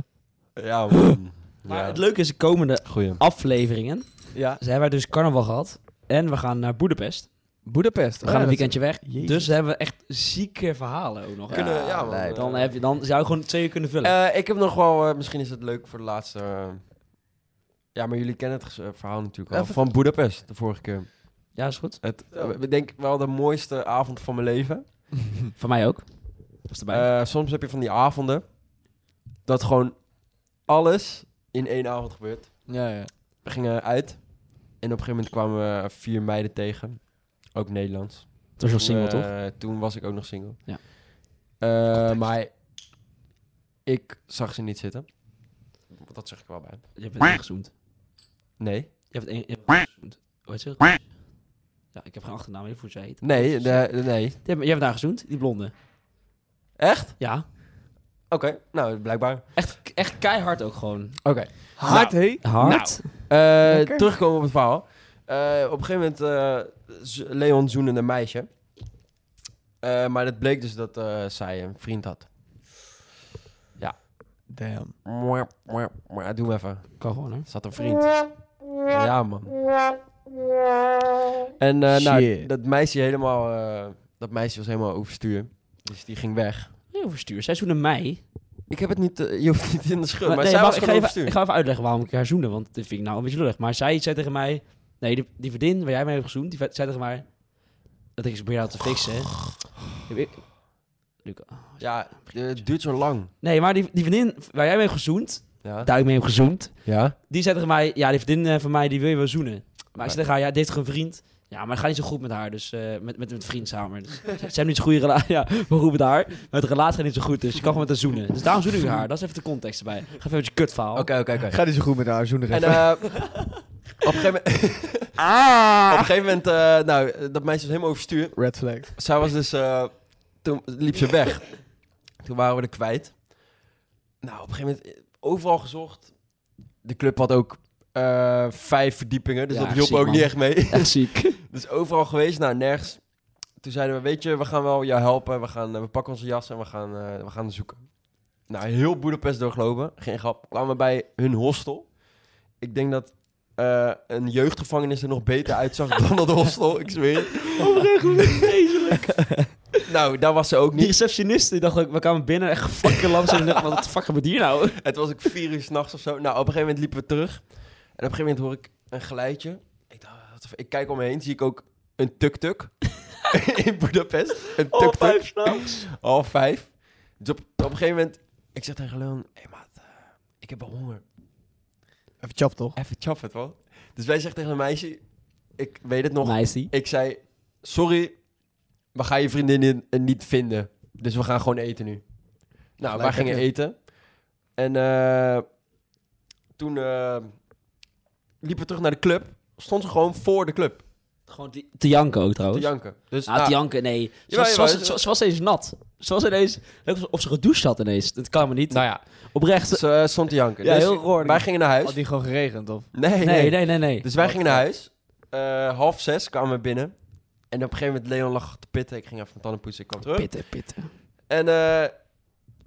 [SPEAKER 3] Ja, man.
[SPEAKER 1] maar
[SPEAKER 3] Ja.
[SPEAKER 1] het leuke is de komende
[SPEAKER 3] Goeie.
[SPEAKER 1] afleveringen.
[SPEAKER 2] Ja.
[SPEAKER 1] Ze hebben dus carnaval gehad. En we gaan naar Boedapest.
[SPEAKER 2] Boedapest.
[SPEAKER 1] We gaan
[SPEAKER 2] Ja,
[SPEAKER 1] een
[SPEAKER 2] dat-
[SPEAKER 1] weekendje weg.
[SPEAKER 2] Jezus.
[SPEAKER 1] Dus hebben we echt zieke verhalen ook nog.
[SPEAKER 3] Ja, kunnen, ja, man.
[SPEAKER 2] lijp.
[SPEAKER 1] Dan, heb je, dan zou je gewoon twee uur kunnen vullen.
[SPEAKER 3] Eh, ik heb nog wel, eh, misschien is het leuk voor de laatste. eh, ja, maar jullie kennen het ges- eh, verhaal natuurlijk al.
[SPEAKER 2] Even-
[SPEAKER 3] Van Budapest, de vorige keer.
[SPEAKER 1] ja, is goed.
[SPEAKER 3] Het, eh, ik denk wel de mooiste avond van mijn leven.
[SPEAKER 1] Voor mij ook. Was erbij.
[SPEAKER 3] Eh, soms heb je van die avonden dat gewoon alles in één avond gebeurt.
[SPEAKER 2] Ja, ja.
[SPEAKER 3] We gingen uit en op een gegeven moment kwamen we vier meiden tegen. Ook Nederlands.
[SPEAKER 1] het was nog
[SPEAKER 3] Toen,
[SPEAKER 1] single, toch?
[SPEAKER 3] eh, Toen was ik ook nog single.
[SPEAKER 1] Ja.
[SPEAKER 3] Eh, maar ik zag ze niet zitten. Dat zeg ik wel bij.
[SPEAKER 1] Je hebt het ingezoomd.
[SPEAKER 3] Nee.
[SPEAKER 1] Je hebt het in- je hebt het ingezoomd. Hoe heet ze? Ja, ik heb geen achternaam, ik weet niet hoe ze heet.
[SPEAKER 3] Nee, de- de- nee.
[SPEAKER 1] Je hebt, je hebt daar gezoend, die blonde.
[SPEAKER 3] Echt?
[SPEAKER 1] Ja.
[SPEAKER 3] Oké, nou, blijkbaar.
[SPEAKER 1] Echt, echt keihard ook gewoon.
[SPEAKER 3] Oké.
[SPEAKER 2] Hard,
[SPEAKER 3] Nou,
[SPEAKER 2] hé?
[SPEAKER 1] Hard?
[SPEAKER 3] eh,
[SPEAKER 2] Lekker.
[SPEAKER 3] terugkomen op het verhaal. Eh, op een gegeven moment, eh, z- Leon zoende een meisje. Eh, maar het bleek dus dat eh, zij een vriend had.
[SPEAKER 2] Damn.
[SPEAKER 3] Mwah, mwah, mwah. Doe hem even.
[SPEAKER 1] Nou, Kan gewoon, hè?
[SPEAKER 3] Ze had een vriend. Ja, man. En eh, nou,
[SPEAKER 2] Shit.
[SPEAKER 3] dat meisje helemaal... eh, dat meisje was helemaal overstuur. Dus die ging weg.
[SPEAKER 1] Heel verstuur. Zij zoende mij.
[SPEAKER 3] Ik heb het niet... eh, je hoeft niet in de schuld. Maar,
[SPEAKER 1] nee,
[SPEAKER 3] zij
[SPEAKER 1] wacht,
[SPEAKER 3] was
[SPEAKER 1] ik, ga
[SPEAKER 3] gewoon
[SPEAKER 1] even,
[SPEAKER 3] overstuur.
[SPEAKER 1] ik ga even uitleggen waarom ik haar zoende, want dat vind ik nou een beetje lullig. Maar zij zei tegen mij... Nee, die, die vriendin waar jij mee hebt gezoend, die zei tegen mij... Dat ik ze probeerde te fixen. Heb ik- Luca.
[SPEAKER 3] Ja, eh, het duurt zo lang.
[SPEAKER 1] Nee, maar die, die vriendin waar jij mee hebt gezoend...
[SPEAKER 3] Ja?
[SPEAKER 1] Daar ik mee heb gezoend...
[SPEAKER 3] Ja?
[SPEAKER 1] Die zei tegen mij, ja, die vriendin eh, van mij, die wil je wel zoenen. Maar ik zei tegen haar, ja, dit is een vriend. Ja, maar het gaat niet zo goed met haar, dus eh, met, met, met vriend samen. Dus, ze ze hebben niet zo'n goede relatie, ja, hoe goed met haar. Maar de relatie gaat niet zo goed, dus je kan gewoon met haar zoenen. Dus daarom zoen ik haar, dat is even de context erbij. Ga even met je kutverhaal.
[SPEAKER 3] Oké, oké, oké.
[SPEAKER 2] Ga niet zo goed met haar zoenen
[SPEAKER 3] En
[SPEAKER 2] geven.
[SPEAKER 3] eh, op een gegeven moment...
[SPEAKER 1] Ah!
[SPEAKER 3] Op een gegeven moment... eh, nou, eh, dat meisje was helemaal overstuur.
[SPEAKER 2] Red flag.
[SPEAKER 3] Zij was dus... eh, toen liep ze weg. Toen waren we er kwijt. Nou, op een gegeven moment... eh, Overal gezocht. De club had ook eh, vijf verdiepingen. Dus
[SPEAKER 1] Ja,
[SPEAKER 3] dat hielp
[SPEAKER 1] ziek,
[SPEAKER 3] ook
[SPEAKER 1] man.
[SPEAKER 3] niet echt mee.
[SPEAKER 1] Echt ziek.
[SPEAKER 3] Dus overal geweest, nou nergens. Toen zeiden we, weet je, we gaan wel jou helpen. We, gaan, eh, we pakken onze jas en we gaan, eh, we gaan zoeken. Nou, heel Boedapest doorgelopen. Geen grap. Kwamen we bij hun hostel. Ik denk dat eh, een jeugdgevangenis er nog beter uitzag dan dat hostel. Ik zweer het. Nou, daar was ze ook
[SPEAKER 1] Die
[SPEAKER 3] niet.
[SPEAKER 1] receptionist, die dacht ook, we kwamen binnen, echt fucking langzaam. En ik dacht, wat de fuck gebeurt hier nou?
[SPEAKER 3] Het was ook vier uur s'nachts of zo. Nou, op een gegeven moment liepen we terug. En op een gegeven moment hoor ik een geluidje. Ik, dacht, "Ah, wat de f- ik kijk om me heen, zie ik ook een tuk-tuk. In Boedapest. Een
[SPEAKER 1] Oh,
[SPEAKER 3] tuk-tuk.
[SPEAKER 1] vijf s'nachts.
[SPEAKER 3] half vijf. Dus op, op een gegeven moment, ik zeg tegen Leon, hé hey, maat, eh, ik heb wel honger.
[SPEAKER 2] Even chap toch?
[SPEAKER 3] Even chaf het wel. Dus wij zeggen tegen een meisje, ik weet het nog.
[SPEAKER 1] Nice.
[SPEAKER 3] Ik zei, sorry, we gaan je vriendin eh, niet vinden. Dus we gaan gewoon eten nu. Nou, wij
[SPEAKER 2] Gelijk
[SPEAKER 3] gingen
[SPEAKER 2] lekker.
[SPEAKER 3] eten. En eh, toen eh, liepen we terug naar de club. Stond ze gewoon voor de club
[SPEAKER 1] Gewoon die- te janken ook
[SPEAKER 3] te
[SPEAKER 1] trouwens.
[SPEAKER 3] janken. Dus
[SPEAKER 1] Ah,
[SPEAKER 3] nou,
[SPEAKER 1] te janken, nee. Ze
[SPEAKER 3] Jawel,
[SPEAKER 1] was, ze was,
[SPEAKER 3] jawel.
[SPEAKER 1] ze was- ze was ineens nat. Ze was ineens... leek alsof- Of ze gedoucht had ineens. Dat kan me niet.
[SPEAKER 3] nou ja,
[SPEAKER 1] Oprecht.
[SPEAKER 3] ze eh, stond te janken.
[SPEAKER 1] Ja,
[SPEAKER 3] Dus
[SPEAKER 1] heel goor.
[SPEAKER 3] wij gingen naar huis.
[SPEAKER 2] Had die gewoon geregend of?
[SPEAKER 3] nee,
[SPEAKER 1] Nee, nee, nee, nee.
[SPEAKER 3] Dus wij
[SPEAKER 2] Wat
[SPEAKER 3] gingen naar huis. Eh, half zes kwamen we binnen. En op een gegeven moment Leon lag te pitten. Ik ging even mijn tanden poetsen. Ik kwam terug.
[SPEAKER 1] Pitten, pitten.
[SPEAKER 3] En eh,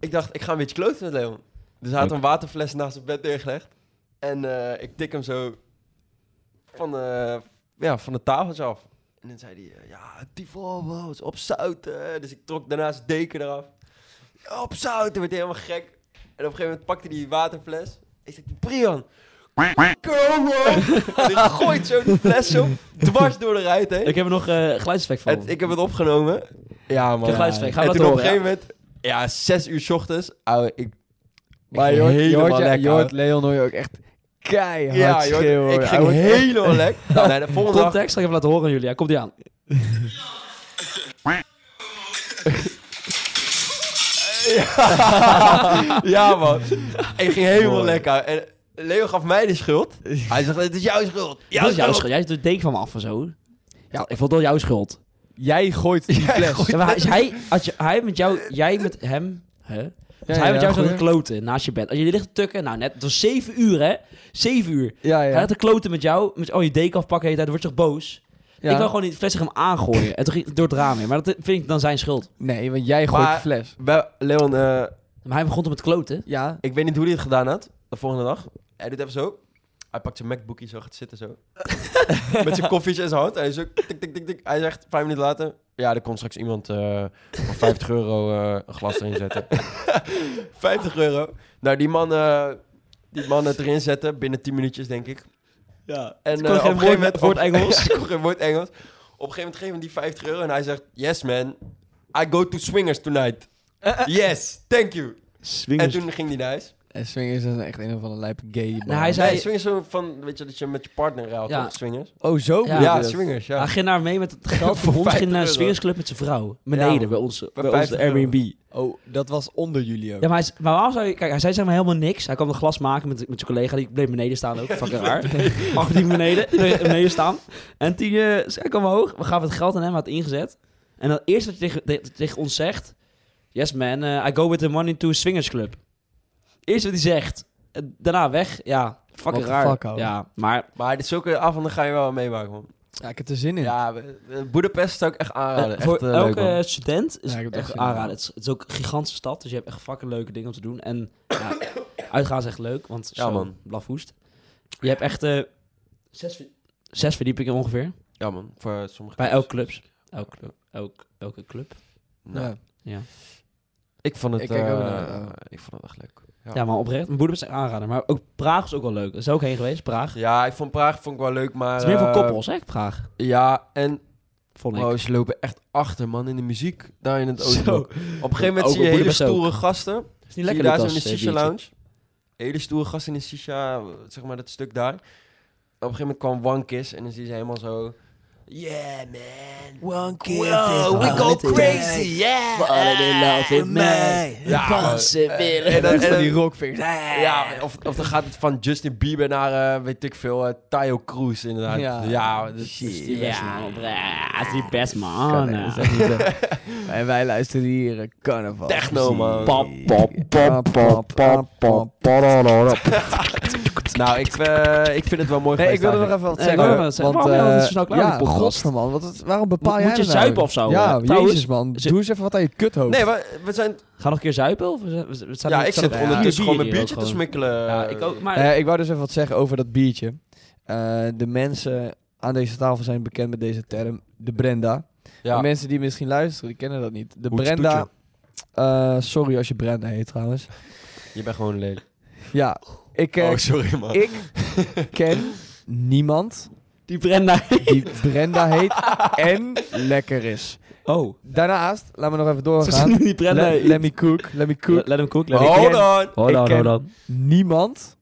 [SPEAKER 3] ik dacht, ik ga een beetje kloten met Leon. Dus hij had een waterfles naast zijn bed neergelegd. En eh, ik tik hem zo van de, ja, van de tafeltje af. En dan zei hij, eh, ja, tyfus, is opzouten. Dus ik trok daarna zijn deken eraf. Opzouten, werd hij helemaal gek. En op een gegeven moment pakte hij die waterfles. Ik zei, Brian, kom op. en hij gooit zo die fles zo dwars door de ruit heen.
[SPEAKER 1] Ik heb er nog eh geluidseffect van.
[SPEAKER 3] Het- ik heb het opgenomen. Ja, man.
[SPEAKER 1] heb geluidseffect. Gaan
[SPEAKER 3] En
[SPEAKER 1] we
[SPEAKER 3] toen
[SPEAKER 1] dat
[SPEAKER 3] op een
[SPEAKER 1] horen?
[SPEAKER 3] gegeven moment, ja, zes uur 's ochtends, ouwe, ik...
[SPEAKER 2] Maar
[SPEAKER 3] ging
[SPEAKER 2] je hoort, je
[SPEAKER 3] helemaal
[SPEAKER 2] hoort, ja,
[SPEAKER 3] lek,
[SPEAKER 2] je hoort
[SPEAKER 3] ouwe.
[SPEAKER 2] Leon hoor je ook echt keihard
[SPEAKER 3] Ja, joh,
[SPEAKER 2] schreeuwen. hoor.
[SPEAKER 3] ik
[SPEAKER 2] Hij
[SPEAKER 3] ging
[SPEAKER 2] wordt echt-
[SPEAKER 3] helemaal lek. Nou, nee, de volgende dag,
[SPEAKER 1] Context ga ik even laten horen aan jullie. Ja, komt die aan.
[SPEAKER 3] ja man, ik ging helemaal lek aan. En Leo gaf mij de schuld. Hij zegt, het is jouw schuld.
[SPEAKER 1] Ja, dat is jouw schuld. Jij doet de deken van me af en zo. Ja, ik vond dat jouw schuld.
[SPEAKER 2] Jij gooit die fles.
[SPEAKER 1] Ja, maar hij, hij, had je, hij met jou, jij met hem, hè? Dus
[SPEAKER 2] ja,
[SPEAKER 1] hij met jou zat
[SPEAKER 2] goeie.
[SPEAKER 1] te kloten naast je bed. Als jullie ligt te tukken, nou net, het was zeven uur hè? Zeven uur.
[SPEAKER 2] Ja, ja.
[SPEAKER 1] Hij had te kloten met jou, met al je deken afpakken, de hele tijd, dan wordt toch boos.
[SPEAKER 2] Ja.
[SPEAKER 1] Ik wil gewoon die fles tegen hem aangooien en toen ging het door het raam heen. Maar dat vind ik dan zijn schuld.
[SPEAKER 2] Nee, want jij gooit
[SPEAKER 3] Maar-
[SPEAKER 2] die fles.
[SPEAKER 3] Bij- Leon, eh,
[SPEAKER 1] Maar hij begon toch met kloten?
[SPEAKER 2] Ja.
[SPEAKER 3] ik weet niet hoe hij het gedaan had, de volgende dag. Hij doet even zo. Hij Hij pakt zijn MacBookje zo, gaat zitten zo. Met zijn koffietje in zijn hand. En hij, zo, tik, tik, tik, tik. hij zegt vijf minuten later... Ja, er komt straks iemand eh, voor 50 euro eh, een glas erin zetten. 50 euro. Nou, die man, eh, die man het erin zetten binnen 10 minuutjes, denk ik.
[SPEAKER 1] Ja.
[SPEAKER 3] En
[SPEAKER 1] Ze
[SPEAKER 3] eh,
[SPEAKER 1] kon geen
[SPEAKER 3] op een gegeven
[SPEAKER 1] woord-
[SPEAKER 3] moment...
[SPEAKER 1] woord Engels.
[SPEAKER 3] Hij kon geen woord Engels. Op een gegeven moment geven we die 50 euro en hij zegt... Yes, man. I go to swingers tonight. Yes, thank you. En
[SPEAKER 1] Eh, Swingers.
[SPEAKER 3] toen ging hij naar huis.
[SPEAKER 2] En swingers is echt een of andere lijpe gay bar.
[SPEAKER 1] hij zei-
[SPEAKER 3] Nee, swingers zo van... Weet je, dat je met je partner ruilt,
[SPEAKER 1] Ja.
[SPEAKER 3] toch? Swingers. Dus-
[SPEAKER 2] Oh, zo?
[SPEAKER 1] Ja.
[SPEAKER 3] Ja,
[SPEAKER 2] bedoel je dat?
[SPEAKER 3] swingers, ja.
[SPEAKER 1] Hij ging daar mee met het geld.
[SPEAKER 3] Voor
[SPEAKER 1] Voor ons
[SPEAKER 3] 50
[SPEAKER 1] ging naar een
[SPEAKER 3] euro.
[SPEAKER 1] swingersclub met zijn vrouw. Beneden
[SPEAKER 3] Ja,
[SPEAKER 1] bij ons, bij ons
[SPEAKER 3] 50 euro.
[SPEAKER 1] Airbnb.
[SPEAKER 2] Oh, dat was onder jullie ook.
[SPEAKER 1] Ja, maar, hij, is- maar waarom zou je... Kijk, hij zei zeg maar helemaal niks. Hij kwam een glas maken met, met zijn collega. Die bleef beneden staan ook. Fucking raar. Achttien beneden, nee, beneden staan. En toen eh, zei ik omhoog. We gaven het geld aan hem. Hij had ingezet. En het eerste wat hij tegen, tegen, tegen ons zegt... Yes man, eh, I go with the money to a swingers club. Eerst wat hij zegt. En daarna weg. Ja,
[SPEAKER 2] What
[SPEAKER 1] fucking
[SPEAKER 2] the
[SPEAKER 1] raar.
[SPEAKER 2] fuck, ouwe.
[SPEAKER 1] ja, maar...
[SPEAKER 3] Maar dit zulke avonden ga je wel meemaken, man.
[SPEAKER 2] Ja, ik heb er zin in.
[SPEAKER 3] Ja, we- eh, Boedapest zou ik echt
[SPEAKER 1] eh,
[SPEAKER 3] aanraden.
[SPEAKER 1] voor
[SPEAKER 3] echt, eh, leuk,
[SPEAKER 1] elke
[SPEAKER 3] man.
[SPEAKER 1] student is
[SPEAKER 2] Ja, ik heb het echt
[SPEAKER 1] echt
[SPEAKER 2] zin in.
[SPEAKER 1] aanraden. Het is, het is ook een gigantische stad, dus je hebt echt fucking leuke dingen om te doen. En ja, uitgaan is echt leuk, want
[SPEAKER 3] Ja,
[SPEAKER 1] zo,
[SPEAKER 3] man.
[SPEAKER 1] blafhoest. Je hebt echt eh, zes, ver- zes verdiepingen ongeveer,
[SPEAKER 3] Ja, man. Voor eh, sommige
[SPEAKER 1] bij elke
[SPEAKER 3] mensen.
[SPEAKER 1] clubs. Elk, elk, elke club.
[SPEAKER 3] Nou,
[SPEAKER 2] Ja.
[SPEAKER 1] Ja.
[SPEAKER 3] Ik vond het...
[SPEAKER 2] Ik kijk ook
[SPEAKER 3] eh,
[SPEAKER 2] naar, eh,
[SPEAKER 3] ik vond het echt leuk.
[SPEAKER 1] Ja.
[SPEAKER 3] Ja.
[SPEAKER 1] maar oprecht. Mijn Boedapest is echt aanraden. Maar ook Praag is ook wel leuk. Er is ook heen geweest, Praag.
[SPEAKER 3] Ja, ik vond Praag vond ik wel leuk, maar...
[SPEAKER 1] het is meer voor
[SPEAKER 3] eh,
[SPEAKER 1] koppels, hè, Praag.
[SPEAKER 3] Ja, en
[SPEAKER 1] Vond ik.
[SPEAKER 3] oh, ze lopen echt achter, man, in de muziek daar in het
[SPEAKER 1] Zo.
[SPEAKER 3] Oostblok. Op een gegeven moment
[SPEAKER 1] Ook
[SPEAKER 3] zie je
[SPEAKER 1] op
[SPEAKER 3] hele
[SPEAKER 1] Boedapest ook.
[SPEAKER 3] stoere gasten.
[SPEAKER 1] is niet
[SPEAKER 3] Zie je
[SPEAKER 1] lekker,
[SPEAKER 3] daar zo in de
[SPEAKER 1] Lucas, eh,
[SPEAKER 3] Shisha
[SPEAKER 1] biertje.
[SPEAKER 3] Lounge. Hele stoere gast in de Shisha, zeg maar dat stuk daar. Op een gegeven moment kwam Wankis en dan zie je ze helemaal zo... Yeah, man.
[SPEAKER 2] Wanky.
[SPEAKER 3] Wow, we go crazy, yeah.
[SPEAKER 1] We are in love with me.
[SPEAKER 3] Ja,
[SPEAKER 1] Dansen,
[SPEAKER 3] eh,
[SPEAKER 1] willen.
[SPEAKER 3] en dan- en dan-
[SPEAKER 2] die rockvingers.
[SPEAKER 3] Ja, of, of dan gaat het van Justin Bieber naar, eh, weet ik veel, eh Tayo Cruz inderdaad.
[SPEAKER 2] Ja.
[SPEAKER 3] Ja, dus,
[SPEAKER 2] Shit.
[SPEAKER 3] dus die-
[SPEAKER 1] Ja, oprecht. Dat is die best,
[SPEAKER 2] Kan
[SPEAKER 1] man.
[SPEAKER 2] echt, dat is echt niet leuk. en wij luisteren hier eh, carnaval.
[SPEAKER 3] Techno, man.
[SPEAKER 1] Pop,
[SPEAKER 2] pop, pop, pop, pop, pop.
[SPEAKER 3] Nou, ik, eh, ik vind het wel mooi
[SPEAKER 2] Nee, ik
[SPEAKER 3] geweest
[SPEAKER 2] wilde nog
[SPEAKER 3] eigenlijk.
[SPEAKER 2] even wat
[SPEAKER 1] Eh,
[SPEAKER 2] zeggen.
[SPEAKER 1] ik wilde nog wat zeggen.
[SPEAKER 2] Want,
[SPEAKER 1] Waarom ben je
[SPEAKER 2] eh,
[SPEAKER 1] altijd zo snel klaar
[SPEAKER 2] ja,
[SPEAKER 1] met die podcast?
[SPEAKER 2] godver, man. Wat, is- waarom bepaal
[SPEAKER 1] Moet-
[SPEAKER 2] jij
[SPEAKER 1] moet je
[SPEAKER 2] dat nou?
[SPEAKER 1] zuipen of zo,
[SPEAKER 2] Ja,
[SPEAKER 1] eh? Trouwens,
[SPEAKER 2] jezus man.
[SPEAKER 1] ze-
[SPEAKER 2] Doe eens even wat aan je kuthoofd.
[SPEAKER 3] Nee, we, we zijn...
[SPEAKER 1] Ga nog een keer zuipen? Of we zijn- we zijn- we staan
[SPEAKER 3] Ja,
[SPEAKER 1] hier-
[SPEAKER 3] ik
[SPEAKER 1] staan
[SPEAKER 3] zit
[SPEAKER 1] op-
[SPEAKER 3] ondertussen
[SPEAKER 1] vier
[SPEAKER 3] gewoon mijn
[SPEAKER 1] hier ook
[SPEAKER 3] biertje te
[SPEAKER 1] gewoon.
[SPEAKER 3] smikkelen.
[SPEAKER 1] Ja, ik ook. Maar
[SPEAKER 2] Eh, ik wou dus even wat zeggen over dat biertje. Eh, de mensen aan deze tafel zijn bekend met deze term, de Brenda.
[SPEAKER 3] Ja.
[SPEAKER 2] De mensen die misschien luisteren, die kennen dat niet. De
[SPEAKER 3] Hoe het
[SPEAKER 2] Brenda... eh, sorry als je Brenda heet trouwens.
[SPEAKER 3] Je bent gewoon lelijk.
[SPEAKER 2] Ja, ik, eh,
[SPEAKER 3] Oh, sorry man.
[SPEAKER 2] ik ken niemand
[SPEAKER 1] Die Brenda.
[SPEAKER 2] die Brenda heet en lekker is.
[SPEAKER 1] Oh.
[SPEAKER 2] Daarnaast, laat me nog even
[SPEAKER 1] Ze zijn
[SPEAKER 2] doorgaan.
[SPEAKER 1] nu die Brenda.
[SPEAKER 2] Let, let me cook, let me cook.
[SPEAKER 1] Let hem cook. Let him-
[SPEAKER 3] Hold on.
[SPEAKER 1] Hold
[SPEAKER 2] ik
[SPEAKER 1] on,
[SPEAKER 2] ken-
[SPEAKER 1] hold on.
[SPEAKER 2] niemand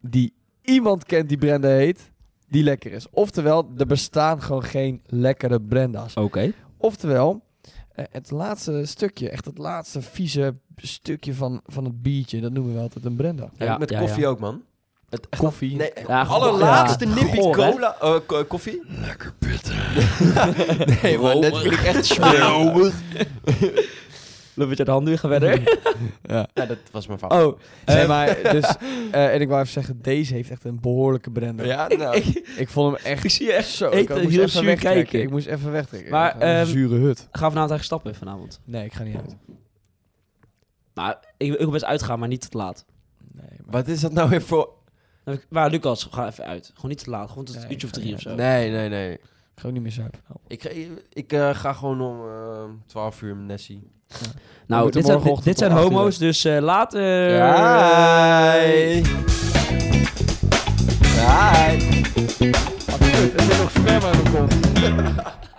[SPEAKER 2] die iemand kent die Brenda heet, die lekker is. Oftewel, er bestaan gewoon geen lekkere Brenda's.
[SPEAKER 1] Oké.
[SPEAKER 2] Oftewel, eh, het laatste stukje, echt het laatste vieze stukje van, van het biertje, dat noemen we altijd een Brenda.
[SPEAKER 3] Ja,
[SPEAKER 1] Ja,
[SPEAKER 3] met
[SPEAKER 1] ja,
[SPEAKER 3] koffie
[SPEAKER 1] ja.
[SPEAKER 3] ook man. Het echt
[SPEAKER 2] Koffie.
[SPEAKER 3] Nee,
[SPEAKER 1] Ja,
[SPEAKER 3] allerlaatste
[SPEAKER 1] goor, ja.
[SPEAKER 3] nippie
[SPEAKER 1] Goor, hè?
[SPEAKER 3] cola, eh, ko- koffie. Lekker bitter. nee, man, dat vind ik echt smerig.
[SPEAKER 1] Een beetje de handen gaan verder.
[SPEAKER 2] Ja.
[SPEAKER 3] ja, dat was mijn favoriet.
[SPEAKER 2] Oh, nee, maar dus, eh, en ik wou even zeggen, deze heeft echt een behoorlijke Brenda.
[SPEAKER 3] Ja, nou.
[SPEAKER 2] Ik vond hem echt
[SPEAKER 1] Ik zie je echt
[SPEAKER 2] zo.
[SPEAKER 1] eten
[SPEAKER 2] Ik moest
[SPEAKER 1] heel
[SPEAKER 2] even
[SPEAKER 1] zuur
[SPEAKER 2] wegtrekken.
[SPEAKER 1] kijken.
[SPEAKER 2] Ik moest even wegtrekken.
[SPEAKER 1] Maar,
[SPEAKER 2] Ik ga een
[SPEAKER 1] ehm,
[SPEAKER 2] zure hut.
[SPEAKER 1] Ga vanavond eigenlijk stappen vanavond.
[SPEAKER 2] Nee, ik ga niet uit.
[SPEAKER 1] Maar ik, ik wil best uitgaan, maar niet te laat.
[SPEAKER 2] Nee, maar...
[SPEAKER 3] Wat is dat nou weer voor...
[SPEAKER 1] Dan heb ik- Maar Lucas, ga even uit. Gewoon niet te laat. Gewoon tot
[SPEAKER 2] Nee,
[SPEAKER 1] een uurtje of
[SPEAKER 2] ik ga
[SPEAKER 1] drie of
[SPEAKER 2] niet
[SPEAKER 1] zo.
[SPEAKER 3] Nee, nee, nee.
[SPEAKER 2] Ik ga ook niet meer zuipen. Nou,
[SPEAKER 3] Ik, ik eh, ga gewoon om eh 12 uur met Nessie.
[SPEAKER 2] We
[SPEAKER 1] Nou,
[SPEAKER 2] moeten
[SPEAKER 1] dit zijn, dit,
[SPEAKER 2] morgenochtend
[SPEAKER 1] dit zijn
[SPEAKER 2] om acht uur.
[SPEAKER 1] homo's, dus eh, later.
[SPEAKER 3] Hi. Hi.
[SPEAKER 2] er zit nog sperma in mijn kont.